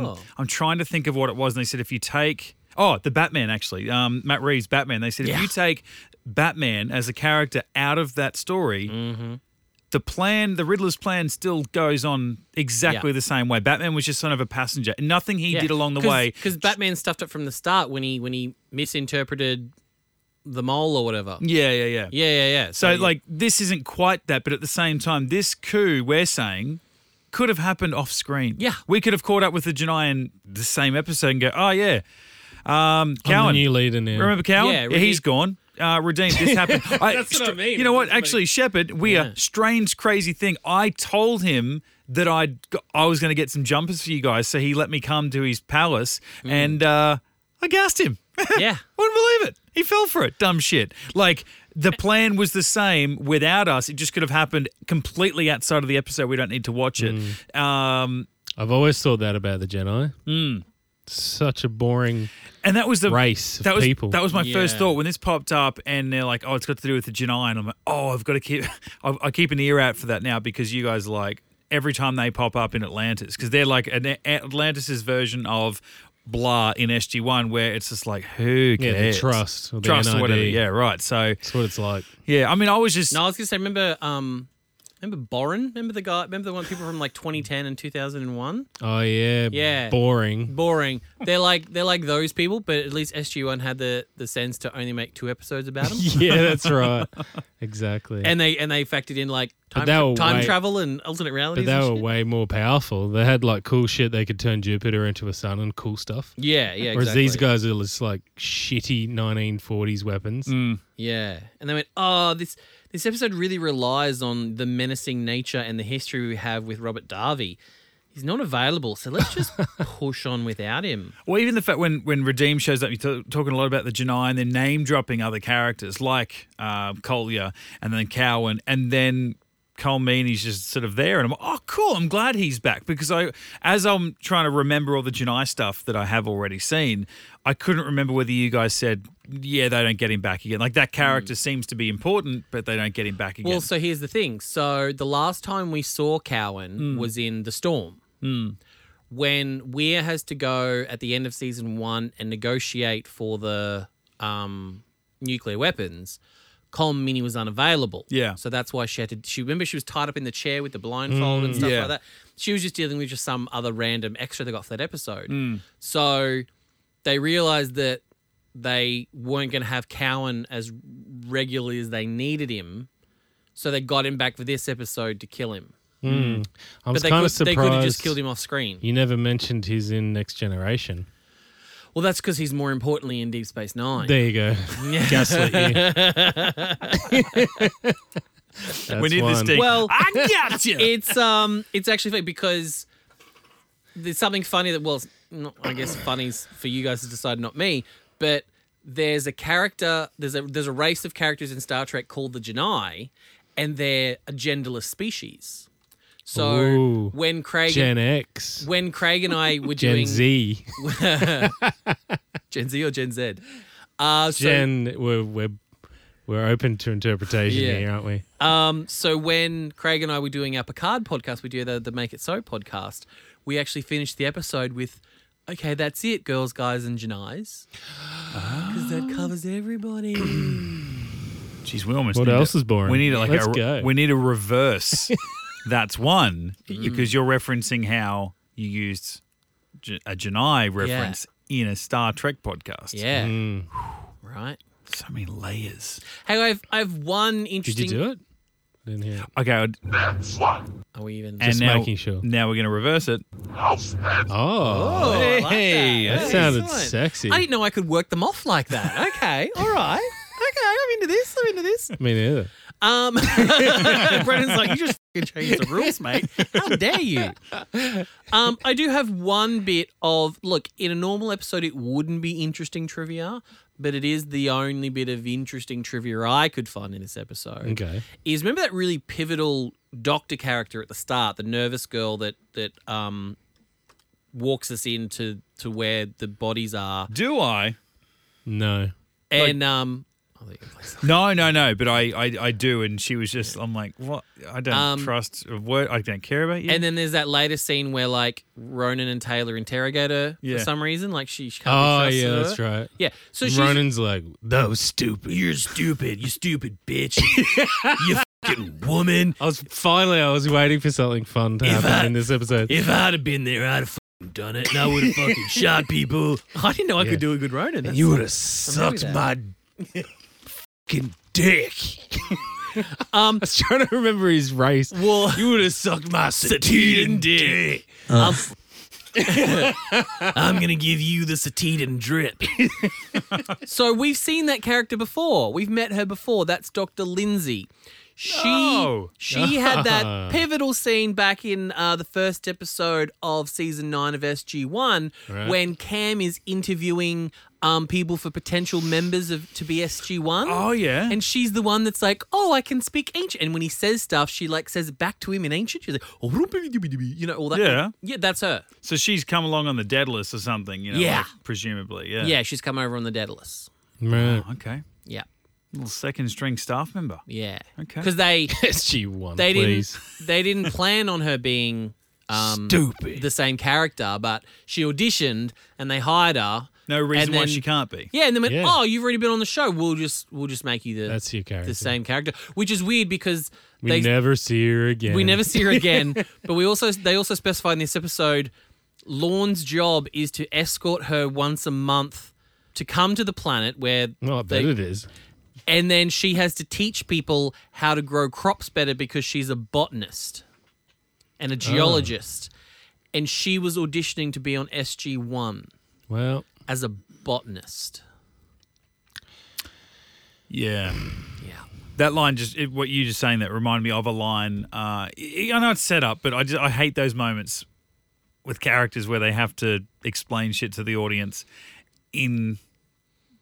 Hmm. Oh. I'm trying to think of what it was. And they said if you take oh the Batman actually, um, Matt Reeves Batman. They said if Yeah. you take Batman as a character out of that story. Mm-hmm. The plan, the Riddler's plan, still goes on exactly Yeah. the same way. Batman was just sort of a passenger. Nothing he did along the way. because Batman stuffed it from the start when he when he misinterpreted the mole or whatever. Yeah, Yeah, yeah, yeah. yeah, yeah. So, yeah. like, this isn't quite that, but at the same time, this coup we're saying could have happened off screen. Yeah. we could have caught up with the Janai in the same episode and go, "Oh yeah, um, I'm the Cowan, new leader now. remember Cowan? Yeah, Yeah, Ricky- he's gone." Uh, redeemed. This happened. I, That's what I mean. You know what? That's what I Actually, Shepard, we are strange, crazy thing. I told him that I would I was going to get some jumpers for you guys, so he let me come to his palace, and uh, I gassed him. <laughs> yeah. Wouldn't believe it. He fell for it. Dumb shit. Like the plan was the same without us. It just could have happened completely outside of the episode. We don't need to watch it. Um, I've always thought that about the Jedi. Hmm. Such a boring. and that was the Race of that was people. that was my first Yeah. thought when this popped up, and they're like, "Oh, it's got to do with the Jedi," and I'm like, "Oh, I've got to keep <laughs> I, I keep an ear out for that now because you guys are like every time they pop up in Atlantis because they're like an Atlantis's version of." Blah in SG One, where it's just like who Yeah, the cares? trust or the trust or NID. whatever. Yeah, right. So That's what it's like. yeah, I mean, I was just No, I was gonna say. Remember, um, remember Boren? Remember the guy? Remember the one people from like 2010 and 2001? Oh yeah, <laughs> Yeah. boring. Boring. They're like they're like those people, but at least SG One had the the sense to only make two episodes about them. <laughs> yeah, that's right. Exactly. And they and they factored in like time, they tra- were time way- travel and alternate realities. but they and were shit. way more powerful. They had like cool shit. They could turn Jupiter into a sun and cool stuff. yeah, yeah. Whereas exactly. these guys are just like shitty 1940s weapons. Mm. Yeah, and they went, "Oh, this this episode really relies on the menacing nature and the history we have with Robert Darby. He's not available, so let's <laughs> just push on without him." Well, even the fact when when Redeem shows up, you're t- talking a lot about the Janai and then name dropping other characters like uh, Collier and then Cowan and then Colmeany's just sort of there, and I'm oh cool, I'm glad he's back because I as I'm trying to remember all the Janai stuff that I have already seen, I couldn't remember whether you guys said yeah they don't get him back again. Like that character Mm. seems to be important, but they don't get him back again. Well, so here's the thing. So the last time we saw Cowan Hmm. was in The Storm. When Weir has to go at the end of season one and negotiate for the um, nuclear weapons, Colm Mini was unavailable. Yeah. So that's why she had to. She remember she was tied up in the chair with the blindfold and stuff Yeah. like that. She was just dealing with just some other random extra they got for that episode. Hmm. So they realized that they weren't going to have Cowan as regularly as they needed him, so they got him back for this episode to kill him. I But was they kind could, of they surprised. could have just killed him off screen. You never mentioned he's in Next Generation. Well, that's because he's more importantly in Deep Space Nine. There you go. <laughs> Gaslit you. That's <laughs> we need this one. thing. Well- I got you. <laughs> it's um, it's actually funny because there's something funny that well, it's not, I guess funny's for you guys to decide, not me. But there's a character, there's a there's a race of characters in Star Trek called the Janai, and they're a genderless species. So Ooh. when Craig Gen X, when Craig and I were <laughs> Gen doing <laughs> Z, Gen Z or Gen Z, uh, so Gen. We're we're we're open to interpretation Yeah. here, aren't we? Um, so when Craig and I were doing our Picard podcast, we do the, the Make It So podcast. We actually finished the episode with, okay, that's it, girls, guys, and <gasps> Janais, because that covers everybody. <clears throat> Jeez, we almost. What need else a- is boring? We need like Let's a go. we need a <laughs> reverse. That's one Mm. because you're referencing how you used J- a Janai reference in a Star Trek podcast. yeah, Mm. right. so many layers. Hey, I've I've one Did interesting. you do it? Didn't hear. it. Okay, I'd- Are we even? and now, making sure. Now we're gonna reverse it. Oh, I like Hey, that Hey, sounded excellent. sexy. I didn't know I could work them off like that. Okay, all right. <laughs> Okay, I'm into this. I'm into this. Me neither. <laughs> Um, <laughs> Brennan's like, you just fucking changed the <laughs> rules, mate. How dare you? Um, I do have one bit of look. In a normal episode, it wouldn't be interesting trivia, but it is the only bit of interesting trivia I could find in this episode. Okay. Is remember that really pivotal doctor character at the start, the nervous girl that that um walks us into to where the bodies are. Do I? No. and um, oh, there you go. No, no, no. But I, I, I do. And she was just, I'm like, what? I don't Um, trust a word. I don't care about you. And then there's that later scene where like Ronan and Taylor interrogate her Yeah. for some reason. Like she, she can't. Oh be sus yeah, of that's her. right. Yeah. So she's Ronan's like that was stupid. you're stupid. You stupid <laughs> bitch. you fucking woman. I was finally I was waiting for something fun to happen I- in this episode. <laughs> If I'd have been there, I'd have fucking done it. And I would have fucking shot people. I didn't know I Yeah. could do a good Ronan. That's- you would have sucked sucked that. my my fucking dick. um. I was trying to remember his race. Well, You would have sucked my satin dick. I'm going to give you the satin drip. <laughs> so we've seen that character before. We've met her before. That's Dr. Lindsay. She No. <laughs> she had that pivotal scene back in uh, the first episode of season nine of SG One Right. when Cam is interviewing um, people for potential members of to be SG One. Oh, yeah. And she's the one that's like, oh, I can speak ancient. And when he says stuff, she like says it back to him in ancient. She's like, oh, <laughs> you know, all that. Yeah. Yeah, that's her. so she's come along on the Daedalus or something, you know? Yeah. like, presumably, yeah. Yeah, she's come over on the Daedalus. Right. Okay. Yeah. Little second string staff member. Yeah. Okay. Because <laughs> they SG one. they please. didn't they didn't plan on her being um, Stupid. the same character, but she auditioned and they hired her. No reason And why then- she can't be. Yeah, and they went, Yeah. "Oh, you've already been on the show. We'll just we'll just make you the That's your character. the same character," which is weird because We they never see her again. we never see her again. <laughs> but we also they also specify in this episode, Lorne's job is to escort her once a month to come to the planet where No, I bet they- it is. and then she has to teach people how to grow crops better because she's a botanist and a geologist. And she was auditioning to be on SG1 Well, as a botanist. Yeah. Yeah. That line just it, what you just saying that reminded me of a line. Uh, I I know it's set up, but I just I hate those moments with characters where they have to explain shit to the audience in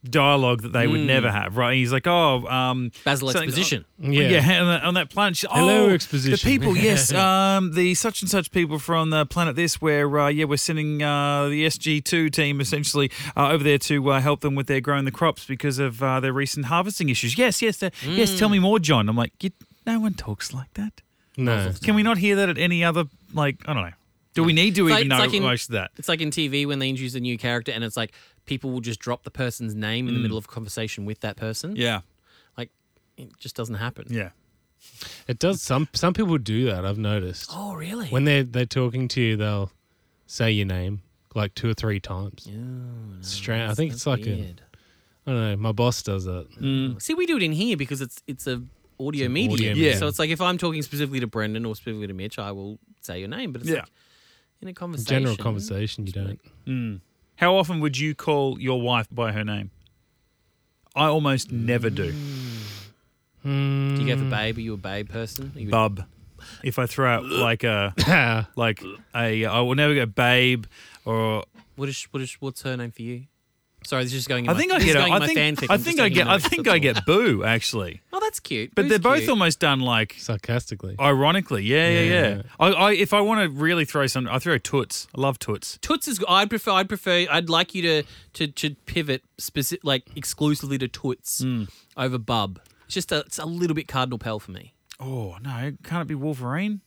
dialogue that they would never have. Right? He's like, oh, um, Basil something- Hmm. Exposition. yeah. yeah, on, that, on that planet. She, Hello, oh, exposition. The <laughs> people, yes, um, the such and such people from the planet this, where uh, yeah, we're sending uh, the SG two team essentially uh, over there to uh, help them with their growing the crops because of uh, their recent harvesting issues. Yes, yes, uh, yes. Mm. Tell me more, John. I'm like, you, no one talks like that. No. Can we not hear that at any other? Like, I don't know. Do we need to It's like- even it's know like in- most of that? It's like in TV when they introduce a new character and it's like people will just drop the person's name in the middle of conversation with that person. Yeah, Like it just doesn't happen. yeah. It does. Some some people do that. I've noticed. Oh, really? When they're they're talking to you, they'll say your name like two or three times. Yeah. Stra- I think it's like a. Weird. I don't know. My boss does that. See, we do it in here because it's it's a audio medium. medium. So it's like if I'm talking specifically to Brendan or specifically to Mitch, I will say your name. But it's Yeah. like in a conversation. General conversation. You don't. How often would you call your wife by her name? I almost never do. Do you go for babe? Are you a babe person? Are you a- Bub. If I throw out like a <laughs> Ah, like a I will never go babe or what is what is what's her name for you? Sorry, this is just going. In I my- think I this is get a, going in I my think fanfic. I I'm think just I taking get I notes, think that's I all. get boo actually. Oh, that's cute. But Boo's they're both cute. almost done like sarcastically. Oh, ironically. Yeah, yeah, yeah. Yeah. I, I if I want to really throw some I throw toots. I love toots. Toots is. I'd prefer. I'd prefer. I'd like you to to to pivot specific, like exclusively to Toots Mm. over Bub. It's just a, it's a little bit Cardinal Pell for me. Oh, no, can't it be Wolverine?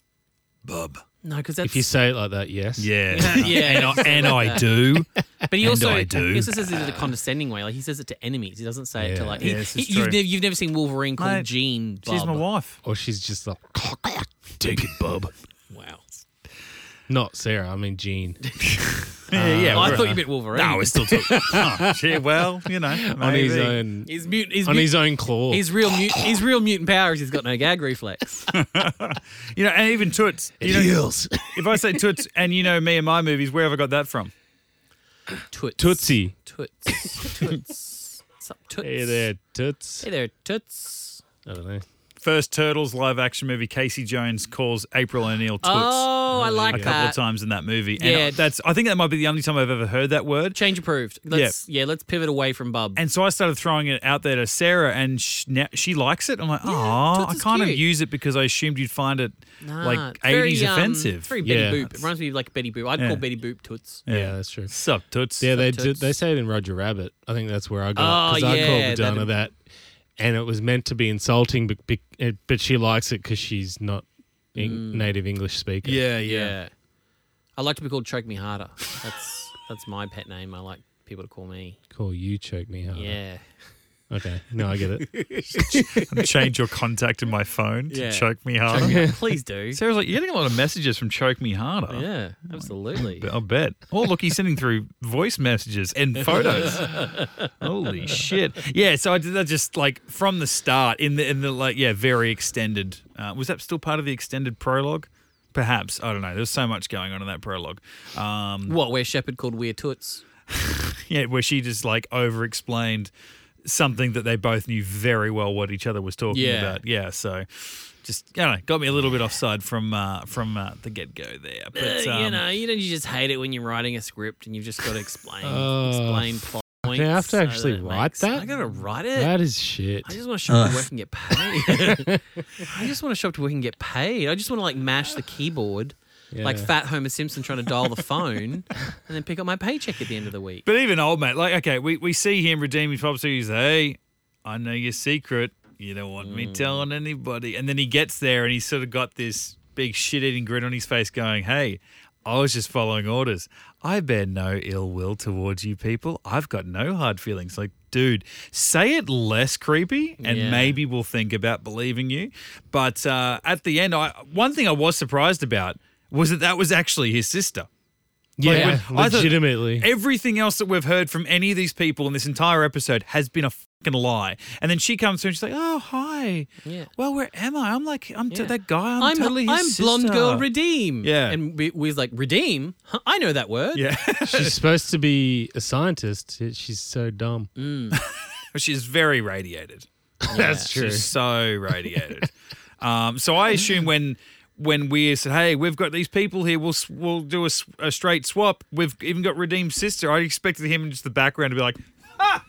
Bub. No, because that's If you say it like that, <laughs> yes. Yeah. Yeah. And I, and I do. But he And also I do. he also says it in a condescending way. Like he says it to enemies. He doesn't say it to Yeah. like. Yeah, he, this is he- you've, true. never, you've never seen Wolverine called Mate, Gene. Bob. She's my wife. Or she's just like, Take it, bub. Wow. <laughs> not Sarah. I <laughs> mean Jean. <laughs> yeah, yeah. Oh, I right. thought you meant Wolverine. <laughs> No, it's still toots. oh, shit, well, you know. Maybe. on his own. He's mute. He's On mute- his own claw. His real mute. His real mutant power is he's got no <laughs> gag reflex. You know, and even toots. You know, <laughs> heels. if I say toots and you know me and my movies, where have I got that from? Toots. Tootsie. Toots. Toots. What's up, Toots? Hey there, toots. Hey there, Toots. I don't know. first Turtles live action movie, Casey Jones calls April O'Neil Toots. Oh, I like a couple that. of times in that movie. Yeah. And that's I think that might be the only time I've ever heard that word. Change approved. Let's, yeah. let's pivot away from Bub. And so I started throwing it out there to Sarah, and she, now, she likes it. I'm like, oh, I Toots is kind of cute." use it because I assumed you'd find it Nah, like Ah, it's very, 80s um, offensive. It's very Betty Yeah. Boop. It reminds me of like Betty Boop. I'd Yeah. call Betty Boop toots. Yeah, that's true. Sup, Toots? Yeah, they Sometimes. <laughs> did, they say it in Roger Rabbit. I think that's where I got Oh, because I yeah, called Madonna that, and it was meant to be insulting, but bec- it- but she likes it because she's not in, Mm. native English speaker. yeah, yeah. I like to be called Choke Me Harder. That's that's my pet name. I like people to call me. call you choke me hard. Yeah. Okay, no, I get <laughs> it. Change your contact in my phone to Yeah. choke me harder. Choke me- <laughs> Please do. Sarah's like, you're getting a lot of messages from Choke Me Harder. <laughs> Yeah, absolutely. I bet. Oh, look, he's sending through voice messages and <laughs> photos. Holy shit! Yeah, so I did that just like from the start in the in the like yeah very extended. Uh, was that still part of the extended prologue? Perhaps I don't know. There's so much going on in that prologue. Um, What, where Shepherd called Weird Toots? yeah, where she just like over explained something that they both knew very well what each other was talking Yeah. about. Yeah, so just I don't know, got me a little bit offside from uh, from uh, the get go there. But Uh, you um, know, you don't you just hate it when you're writing a script and you've just got to explain Oh, explain plot points. I have to so actually it write makes- that? I gotta write it. that is shit. I just want to show up to work and get paid. <laughs> <laughs> I just want to show up to work and get paid. I just want to like mash the keyboard, like Yeah. fat Homer Simpson trying to dial the phone, and then pick up my paycheck at the end of the week. But even old mate, like okay, we, we see him redeem his property. He's hey, I know your secret. You don't want me Mm. telling anybody. And then he gets there and he's sort of got this big shit eating grin on his face, going, "Hey, I was just following orders. I bear no ill will towards you people. I've got no hard feelings." Like, dude, say it less creepy, and Yeah. maybe we'll think about believing you. But uh, at the end, I one thing I was surprised about was that that was actually his sister. yeah, when- I thought- legitimately. <laughs> Everything else that we've heard from any of these people in this entire episode has been a fucking lie. And then she comes through and she's like, "Oh, hi. Yeah. Well, where am I? I'm like, I'm t- Yeah. that guy. I'm, totally his I'm blonde sister." girl redeem. Yeah. and we, we're like redeem. Huh, I know that word. Yeah, She's supposed to be a scientist. She's so dumb. Mm. she's very radiated. That's true. She's <laughs> so radiated. um, so I assume when when we said, "Hey, we've got these people here. We'll s- we'll do a, s- a straight swap. We've even got Redeem's sister." I expected him in just the background to be like. <laughs>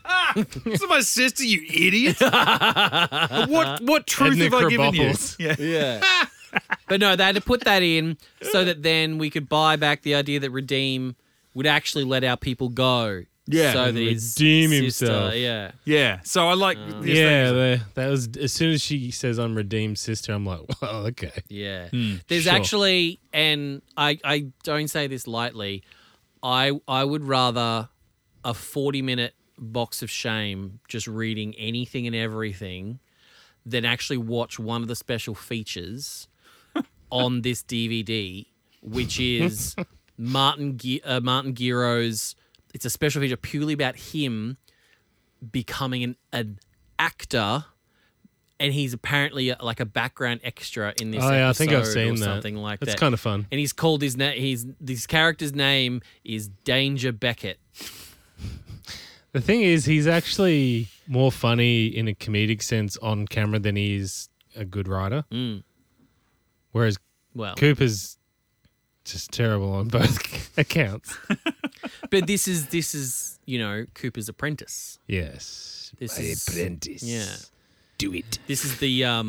This is my sister, you <laughs> idiot! what what truth Ethnic have I given you? kerbuffles. Yeah. Yeah. but no, they had to put that in so that then we could buy back the idea that Redeem would actually let our people go. Yeah. So And that his redeem sister- himself. Yeah. Yeah. So I like. this yeah, thing. they, that was as soon as she says I'm redeemed sister, I'm like, <laughs> well, okay. Yeah. There's Hmm, sure. actually, and I, I don't say this lightly, I, I would rather a 40 minute box of shame just reading anything and everything than actually watch one of the special <laughs> features on this DVD, which <laughs> is Martin, Gi- uh, Martin Giro's, it's a special feature purely about him becoming an, an actor and he's apparently uh, like a background extra in this Oh, yeah, I think I've episode seen or that. something like That's that. kinda fun. And he's called his name. He's this character's name is Danger Beckett. The thing is, he's actually more funny in a comedic sense on camera than he is a good writer. Mm. Whereas Well, Cooper's just terrible on both <laughs> accounts. but this is this is you know Cooper's apprentice. Yes. This is apprentice. yeah. Do it. This is the <laughs> um.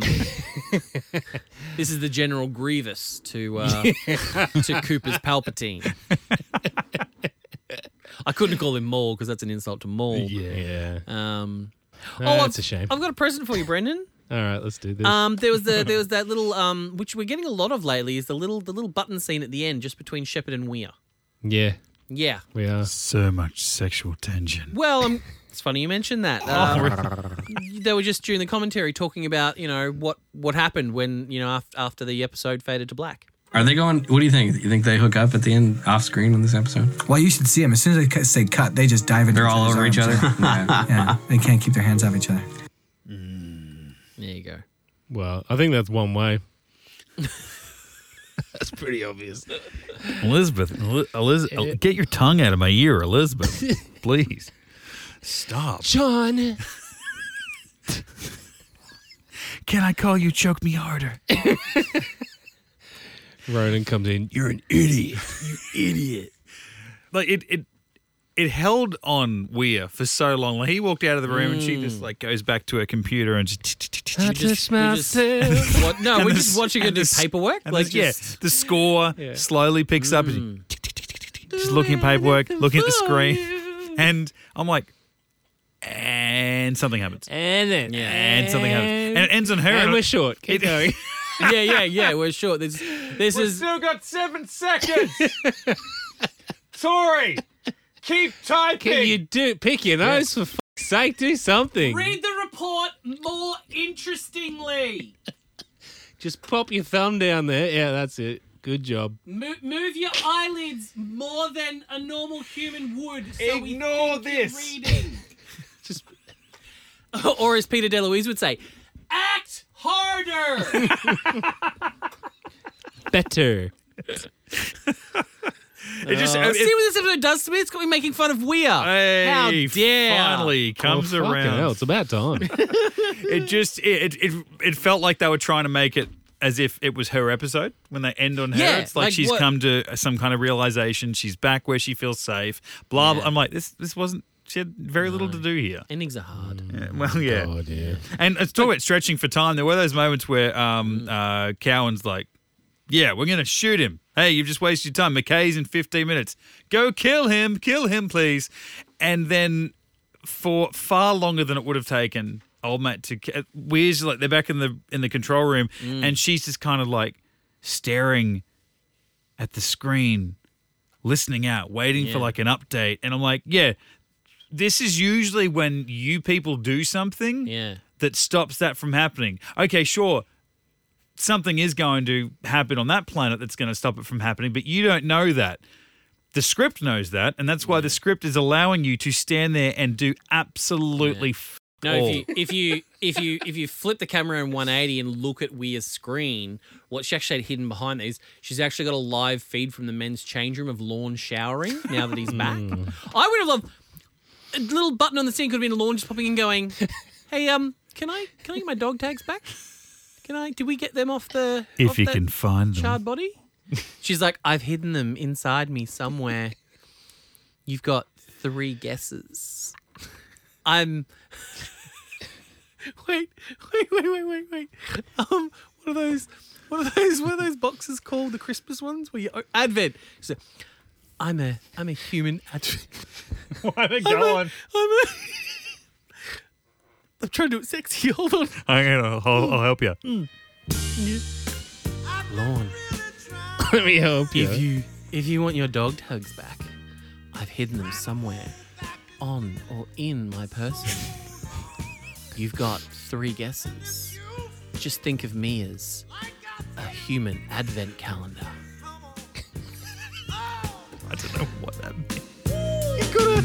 this is the General Grievous to uh, to Cooper's Palpatine. I couldn't call him Maul because that's an insult to Maul. Yeah. Um, No, oh, that's I've- a shame. I've got a present for you, Brendan. All right, let's do this. Um, there was the there was that little um, which we're getting a lot of lately is the little the little button scene at the end just between Shepard and Weir. yeah, Yeah. we are. So much sexual tension. Well, um, it's funny you <laughs> mentioned that. Oh, Uh, they were just during the commentary talking about you know what what happened when you know af- after the episode faded to black. Are they going? What do you think? You think they hook up at the end, off screen, on this episode? Well, you should see them. As soon as they cut, say cut, they just dive into They're each all other's over each arms. other. Yeah. yeah, they can't keep their hands off each other. There you go. Well, I think that's one way. Elizabeth, Elizabeth, get your tongue out of my ear, Elizabeth. Please. Stop. John. Can I call you Choke Me Harder? Ronan comes in. You're an like it it it held on Weir for so long. Like he walked out of the room and she just like goes back to her computer and just I just- we just- <laughs> What? No, And we're the just s- watching her and do the s- paperwork. and Like, the- yeah, just- the score slowly picks up. and Just looking at paperwork, looking at the screen, and I'm like, and something happens, And then. Yeah. and something happens, and it ends on her. And we're short. Keep It- going. <laughs> yeah, yeah, yeah. We're sure this. This is <laughs> got seven seconds. Sorry, keep typing. Can you do pick your nose for fuck's sake? Do something. the report more interestingly. Just pop your thumb down there. Yeah, that's it. Good job. Move, move your eyelids more than a normal human would. Ignore this. reading. Just. <laughs> or as Peter DeLuise would say, act <laughs> harder. Better. It just, See what this episode does to me? It's got me making fun of Weir. How Hey, dare. finally comes Oh, fucking around. hell, it's about time. It just it, it it it felt like they were trying to make it as if it was her episode when they end on her. Yeah, it's like, like she's what- come to some kind of realization. She's back where she feels safe. Blah. blah. I'm like this. This wasn't. She had very little to do here. Endings are hard. Yeah, Well, yeah. oh dear. And let's talk about stretching for time. There were those moments where um, uh, Cowan's like, "Yeah, we're gonna shoot him. Hey, you've just wasted your time. McKay's in 15 minutes. Go kill him. Kill him, please." And then for far longer than it would have taken, old mate to Weir's like they're back in the in the control room, and she's just kind of like staring at the screen, listening out, waiting for like an update. And I'm like, yeah. This is usually when you people do something Yeah. that stops that from happening. Okay, sure, something is going to happen on that planet that's going to stop it from happening, but you don't know that. The script knows that, and that's why the script is allowing you to stand there and do absolutely f- No, all. if you if you if you if you flip the camera in 180 and look at Weir's screen, what she actually had hidden behind these, she's actually got a live feed from the men's change room of Lawn showering now that he's back. Hmm. I would have loved a little button on the scene could have been Lawn just popping in going, Hey, um, can I can I get my dog tags back? Can I did we get them off the off if you that can find them. charred body? She's like, I've hidden them inside me somewhere. You've got three guesses. I'm. <laughs> wait, wait, wait, wait, wait, wait. Um, what are those? What are those? What are those boxes called? The Christmas ones? Where you oh, Advent? So, I'm a I'm a human advent. <laughs> <laughs> Why they I'm a, I'm a. <laughs> I'm trying to do it sexy. <laughs> Hold on. I'm gonna. I'll, I'll help you. Mm. Lawn. <laughs> Let me help you. If you if you want your dog tags back, I've hidden them somewhere on or in my person. You've got three guesses. Just think of me as a human advent calendar. <laughs> I don't know what that means. You gotta,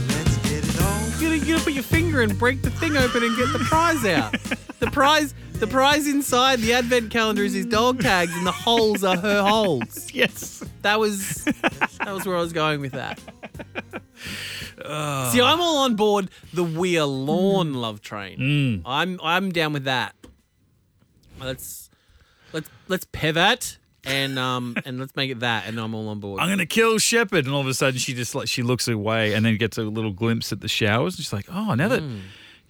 you gotta, you gotta put your finger and break the thing open and get the prize out. the prize, the prize inside the advent calendar is his dog tags, and the holes are her holes. <laughs> Yes. That was that was where I was going with that. See, I'm all on board the We Are Lawn Mm. love train. I'm I'm down with that. Let's let's let's pivot and um and let's make it that, and I'm all on board. I'm gonna kill Shepard, and all of a sudden she just like she looks away, and then gets a little glimpse at the showers, and she's like, "Oh, now that Mm.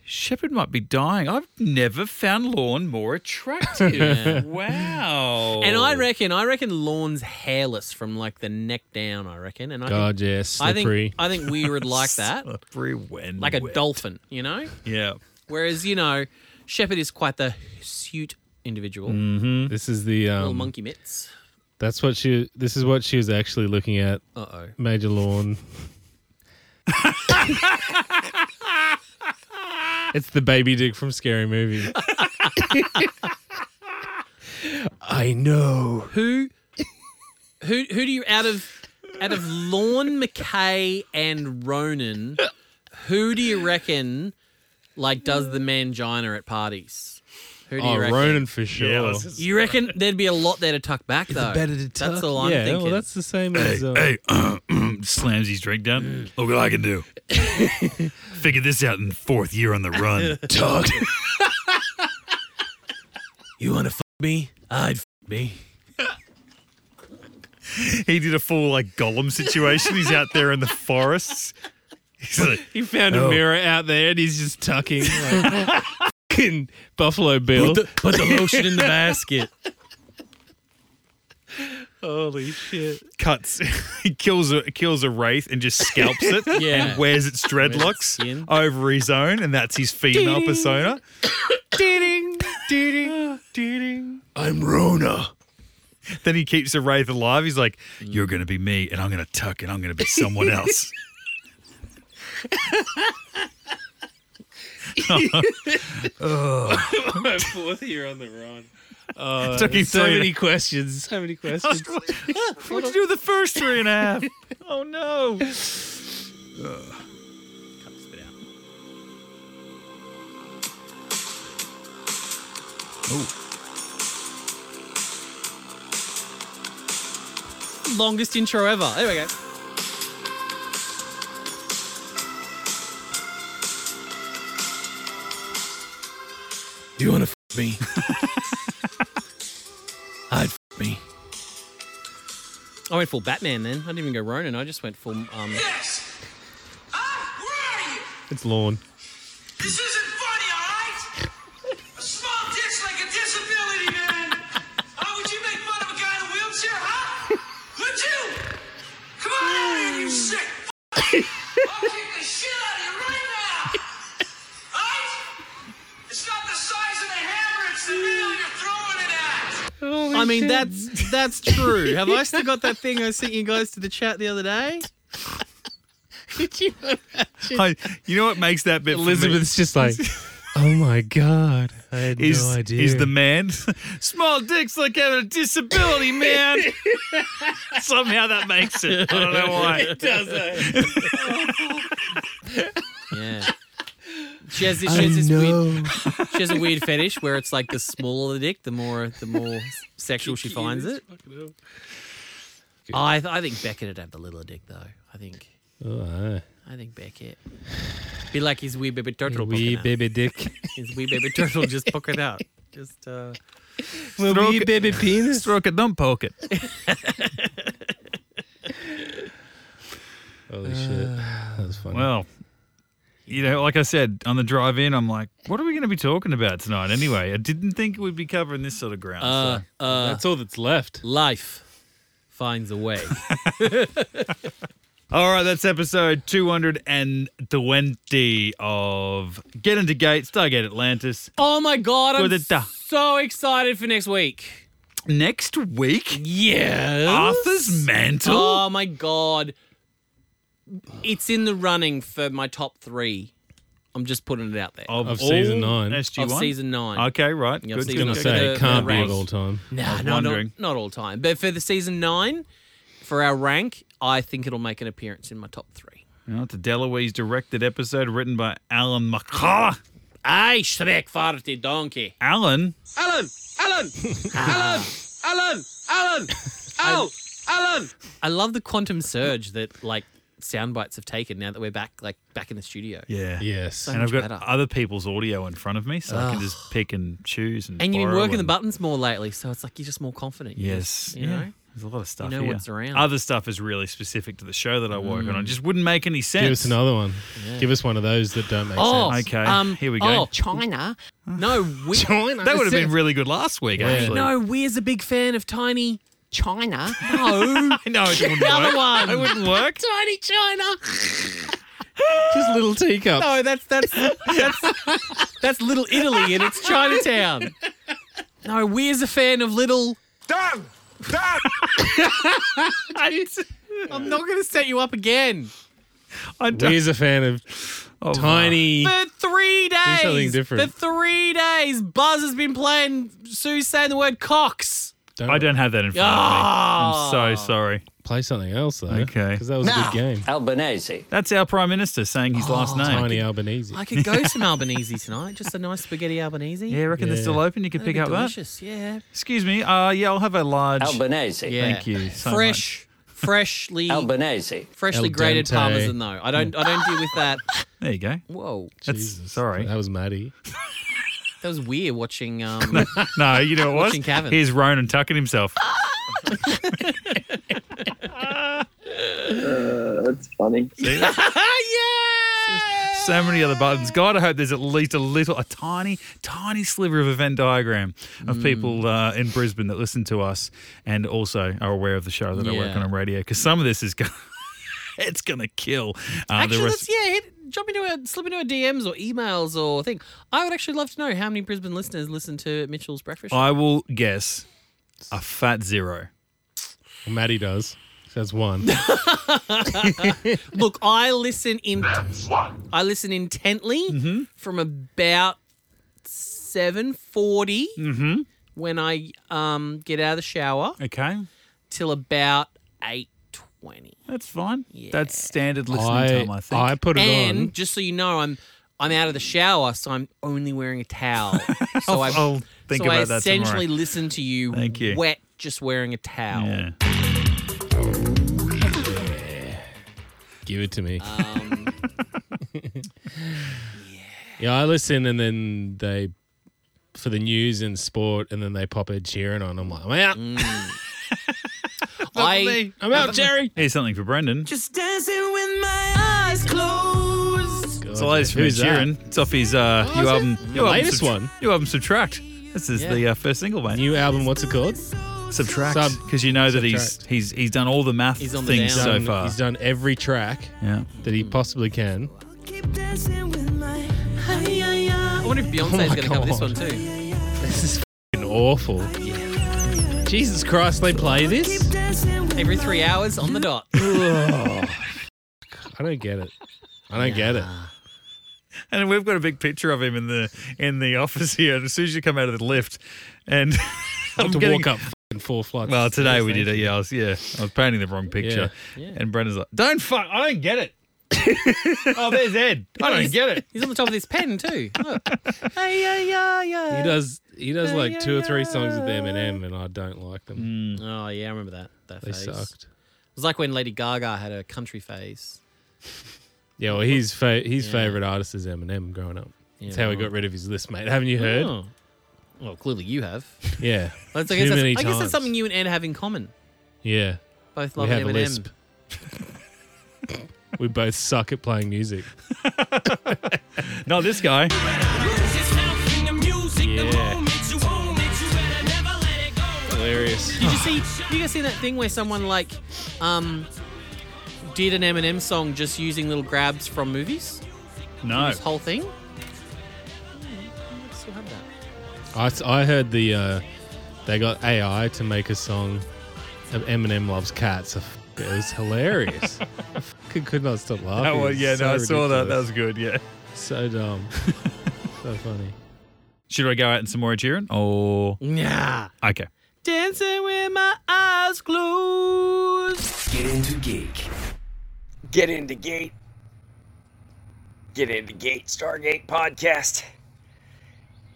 Shepard might be dying, I've never found Lorne more attractive. Wow!" And I reckon I reckon Lawn's hairless from like the neck down. I reckon, and I God, think, yes, I think slippery. I think we would <laughs> like that, Slippery when like a wet. dolphin, you know. Yeah, Whereas you know, Shepherd is quite the suit individual, Mm. Hmm? This is the little um, monkey mitts. That's what she. This is what she was actually looking at. Uh oh. Major Lawn. it's the baby dick from Scary Movie. <laughs> I know. Who, who, who do you out of out of Lorne McKay and Ronan? Who do you reckon like does the mangina at parties? Who do you Oh, reckon? Ronan for sure. Yeah, I Oh, was just- You reckon there'd be a lot there to tuck back though. That's all I'm yeah, thinking. well, that's the same as. Uh, hey, <clears throat> slams his drink Mm. down. Look what I can <laughs> do. <laughs> Figured this out in fourth year on the run. Todd. You want to fuck me? I'd fuck me. He did a full like Gollum situation. He's out there in the forests. He's like, He found a mirror out there and he's just tucking like, <laughs> fucking Buffalo Bill. put <laughs> the lotion in the basket. Holy shit. cuts, <laughs> he kills a kills a wraith and just scalps it <laughs> Yeah. and wears its dreadlocks skin. over his own, and that's his female persona. <coughs> Ding, ding, ding. I'm Rona. Then he keeps the wraith alive. He's like, Mm. "You're gonna be me, and I'm gonna tuck, and I'm gonna be <laughs> someone else." <laughs> <laughs> My fourth year Oh. on the run. Uh, Took him So three- many questions. <laughs> So many questions. What'd you do with the first three and a <laughs> half? oh no! <laughs> Longest intro ever. There we go. Do you want to f <laughs> me? I'd f me. I went full Batman then. I didn't even go Ronin. I just went full. Um, Yes! Ah, where are you? <laughs> It's Lawn. This isn't funny, all right? A small dish like a disability, man. How would you make fun of a guy in a wheelchair, huh? Would you? Come on out here, you sick. f- I'll kick the shit out of you right now. All right? It's not the size of the hammer; it's the nail you're throwing it at. I mean, that's that's <laughs> true. Have I still got that thing I sent you guys to the chat the other day? I, you know what makes that bit for me? Elizabeth's just like, <laughs> oh my God. I had is, no idea. is the man. <laughs> Small dicks like having a disability, man. Somehow that makes it. I don't know <laughs> why. It does. <laughs> Yeah. She has this, she has this <laughs> weird she has a weird fetish where it's like the smaller the dick, the more the more sexual she finds it. I I think Beckett would have the littler dick though. I think Oh, aye. I think Beckett. Be like his wee baby turtle. Wee Wee baby. baby dick. <laughs> His wee baby turtle just poke it out. Just uh Wee baby penis. Stroke it, don't poke it. Holy shit. That was funny. Uh, Well, you know, like I said on the drive in, I'm like, what are we going to be talking about tonight anyway? I didn't think we'd be covering this sort of ground. <laughs> uh, so. uh That's all that's left. life finds a <laughs> way. All right, that's episode 220 of Get Into Gate, Stargate Atlantis. oh my god, I'm Good at- so excited for next week. Next week, Yeah. Arthur's Mantle. Oh my god. It's in the running for my top three. I'm just putting it out there. of, Of all season nine. SG1. Of season nine. Okay, right. Yeah, Good. season good, gonna good, say good. it can't the be ranks. of all time. Nah, was no, not, wondering. not all time. But for the season nine, for our rank, I think it'll make an appearance in my top three. You know, it's a Deloise directed episode written by Alan Ah! McCaw. I Shrek farty donkey. Alan, Alan, Alan, Alan, Alan, Alan, Oh, Al, Alan. I love the quantum surge that like sound bites have taken now that we're back like back in the studio. yeah, Yes. and I've got much better. other people's audio in front of me, so I can just pick and choose and. And you've been borrow working the and- buttons more lately, so it's like you're just more confident. You Yes, just- you yeah. know? There's a lot of stuff know here. what's around. Mm. Other stuff is really specific to the show that I work on. It just wouldn't make any sense. Give us another one. Give us one of those that don't make <laughs> Oh, sense. sense. Okay, here we go. Oh, China. No, <laughs> we, That would have <laughs> been really good last week, actually. <laughs> No, Weir's a big fan of Tiny China. No, no, it wouldn't Another work. one. It wouldn't work. <laughs> Tiny China. <laughs> Just <laughs> little teacups. No, Oh, that's that's that's that's Little Italy and it's Chinatown. No, Weir's a fan of Little. <laughs> Damn, damn. I'm not going to set you up again I don't. Oh, He's a fan <laughs> of tiny. <laughs> for three days. something different. For three days, Buzz has been playing Sue saying the word cocks. I don't have that in front of me. I'm Ah! so sorry. play something else though. Okay. because that was a <laughs> good game. Albanese. That's our prime minister saying his Oh, last name. Tiny Albanese. I could go <laughs> some Albanese tonight, just a nice spaghetti Albanese. Yeah, I reckon they're Yeah. still open. You could That'd pick be up that. delicious. Yeah, Excuse me. Uh, yeah, I'll have a large. Albanese. yeah. Thank you so Fresh, freshly, Albanese. freshly Al grated dente. parmesan though. I don't, I don't deal with that. There you go. Whoa. That's, Jesus. Sorry. That was Maddie. That was weird watching. Um, No, you know what? Watching Cavan. Here's Ronan tucking himself. That's funny. yeah. So many other buttons. God, I hope there's at least a little, a tiny, tiny sliver of a Venn diagram of Hmm. people uh, in Brisbane that listen to us and also are aware of the show that I work Yeah. on on radio. Because some of this is going, <laughs> it's going to kill. Uh, <laughs> Actually, the let's yeah, hit, jump into our slip into our DMs or emails or thing. I would actually love to know how many Brisbane listeners listen to Mitchell's Breakfast. Show. I will guess a fat zero. Maddie does. So <laughs> that's one. Look, I listen in. I listen intently from about seven Mhm. when I um get out of the shower Okay, till about eight twenty. that's fine. That's standard listening I, time, I think. I put it on. And just so you know, I'm I'm out of the shower, so I'm only wearing <laughs> a towel. So I I'll think so I about that tomorrow. essentially listen to you, Thank you. wet, just wearing a towel. yeah. Give it to me. Um, <laughs> yeah, I listen, and then they for the news and sport, and then they pop Ed Sheeran on. I'm like, I'm out. Mm. I I'm out, Jerry. Here's something for Brendan. just dancing with my eyes closed. It's the latest from Ed Who's that? Sheeran. It's off his uh, new album. New album latest Subtra- one? New album Subtract. This is Yeah. the uh, first single, mate. New album. What's it called? Subtract. Sub- Because you know that he's Subtract. he's he's done all the math He's on the things down. so Done- far. Mm. he's done every track Yeah. that he possibly can. I wonder if Oh Beyonce's my going to cover this one God. too. This is fing awful. Jesus Christ, they play this? Every three hours on the dot. I don't get it. I don't get it. And we've got a big picture of him in the in the <laughs> office here. And as soon as you come out of the lift, and <laughs> I I'm have to getting- walk up fucking four flights. Well, today Yes, we thank did it. Yeah, I was, yeah, I was painting the wrong picture. And Brendan's like, "Don't fuck! I don't get it." <laughs> oh, there's Ed. I don't get it. He's on the top of this pen <laughs> too. Look. Hey, yeah, yeah, yeah. He does. He does like two or three songs with Eminem, and I don't like Mm. them. Oh yeah, I remember that. That They phase. sucked. It was like when Lady Gaga had a country phase. Yeah, well, his fa- his favorite artist is Eminem. Growing up, that's how he got rid of his list, mate. Haven't you heard? Oh. Well, clearly you have. Yeah, That's, I, too guess that's, many I guess times. that's something you and Ed have in common. Yeah, Both we love have a Eminem. lisp. we both suck at playing music. No, this guy. Yeah, hilarious. Did you see? You guys see that thing where someone like, um, did an Eminem song just using little grabs from movies? No. This whole thing. I still have that. I, s- I heard the uh, they got AI to make a song of Eminem loves cats. It was hilarious. <laughs> I fucking could not stop laughing. That one, It's yeah, so no, I saw that. That ridiculous. was good. Yeah. so dumb. <laughs> so funny. Should I go out and some more cheering? Or Nah. okay. Dancing with my eyes closed. Get into geek. Get into gate. Get into gate. Stargate podcast.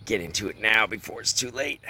Get into it now before it's too late.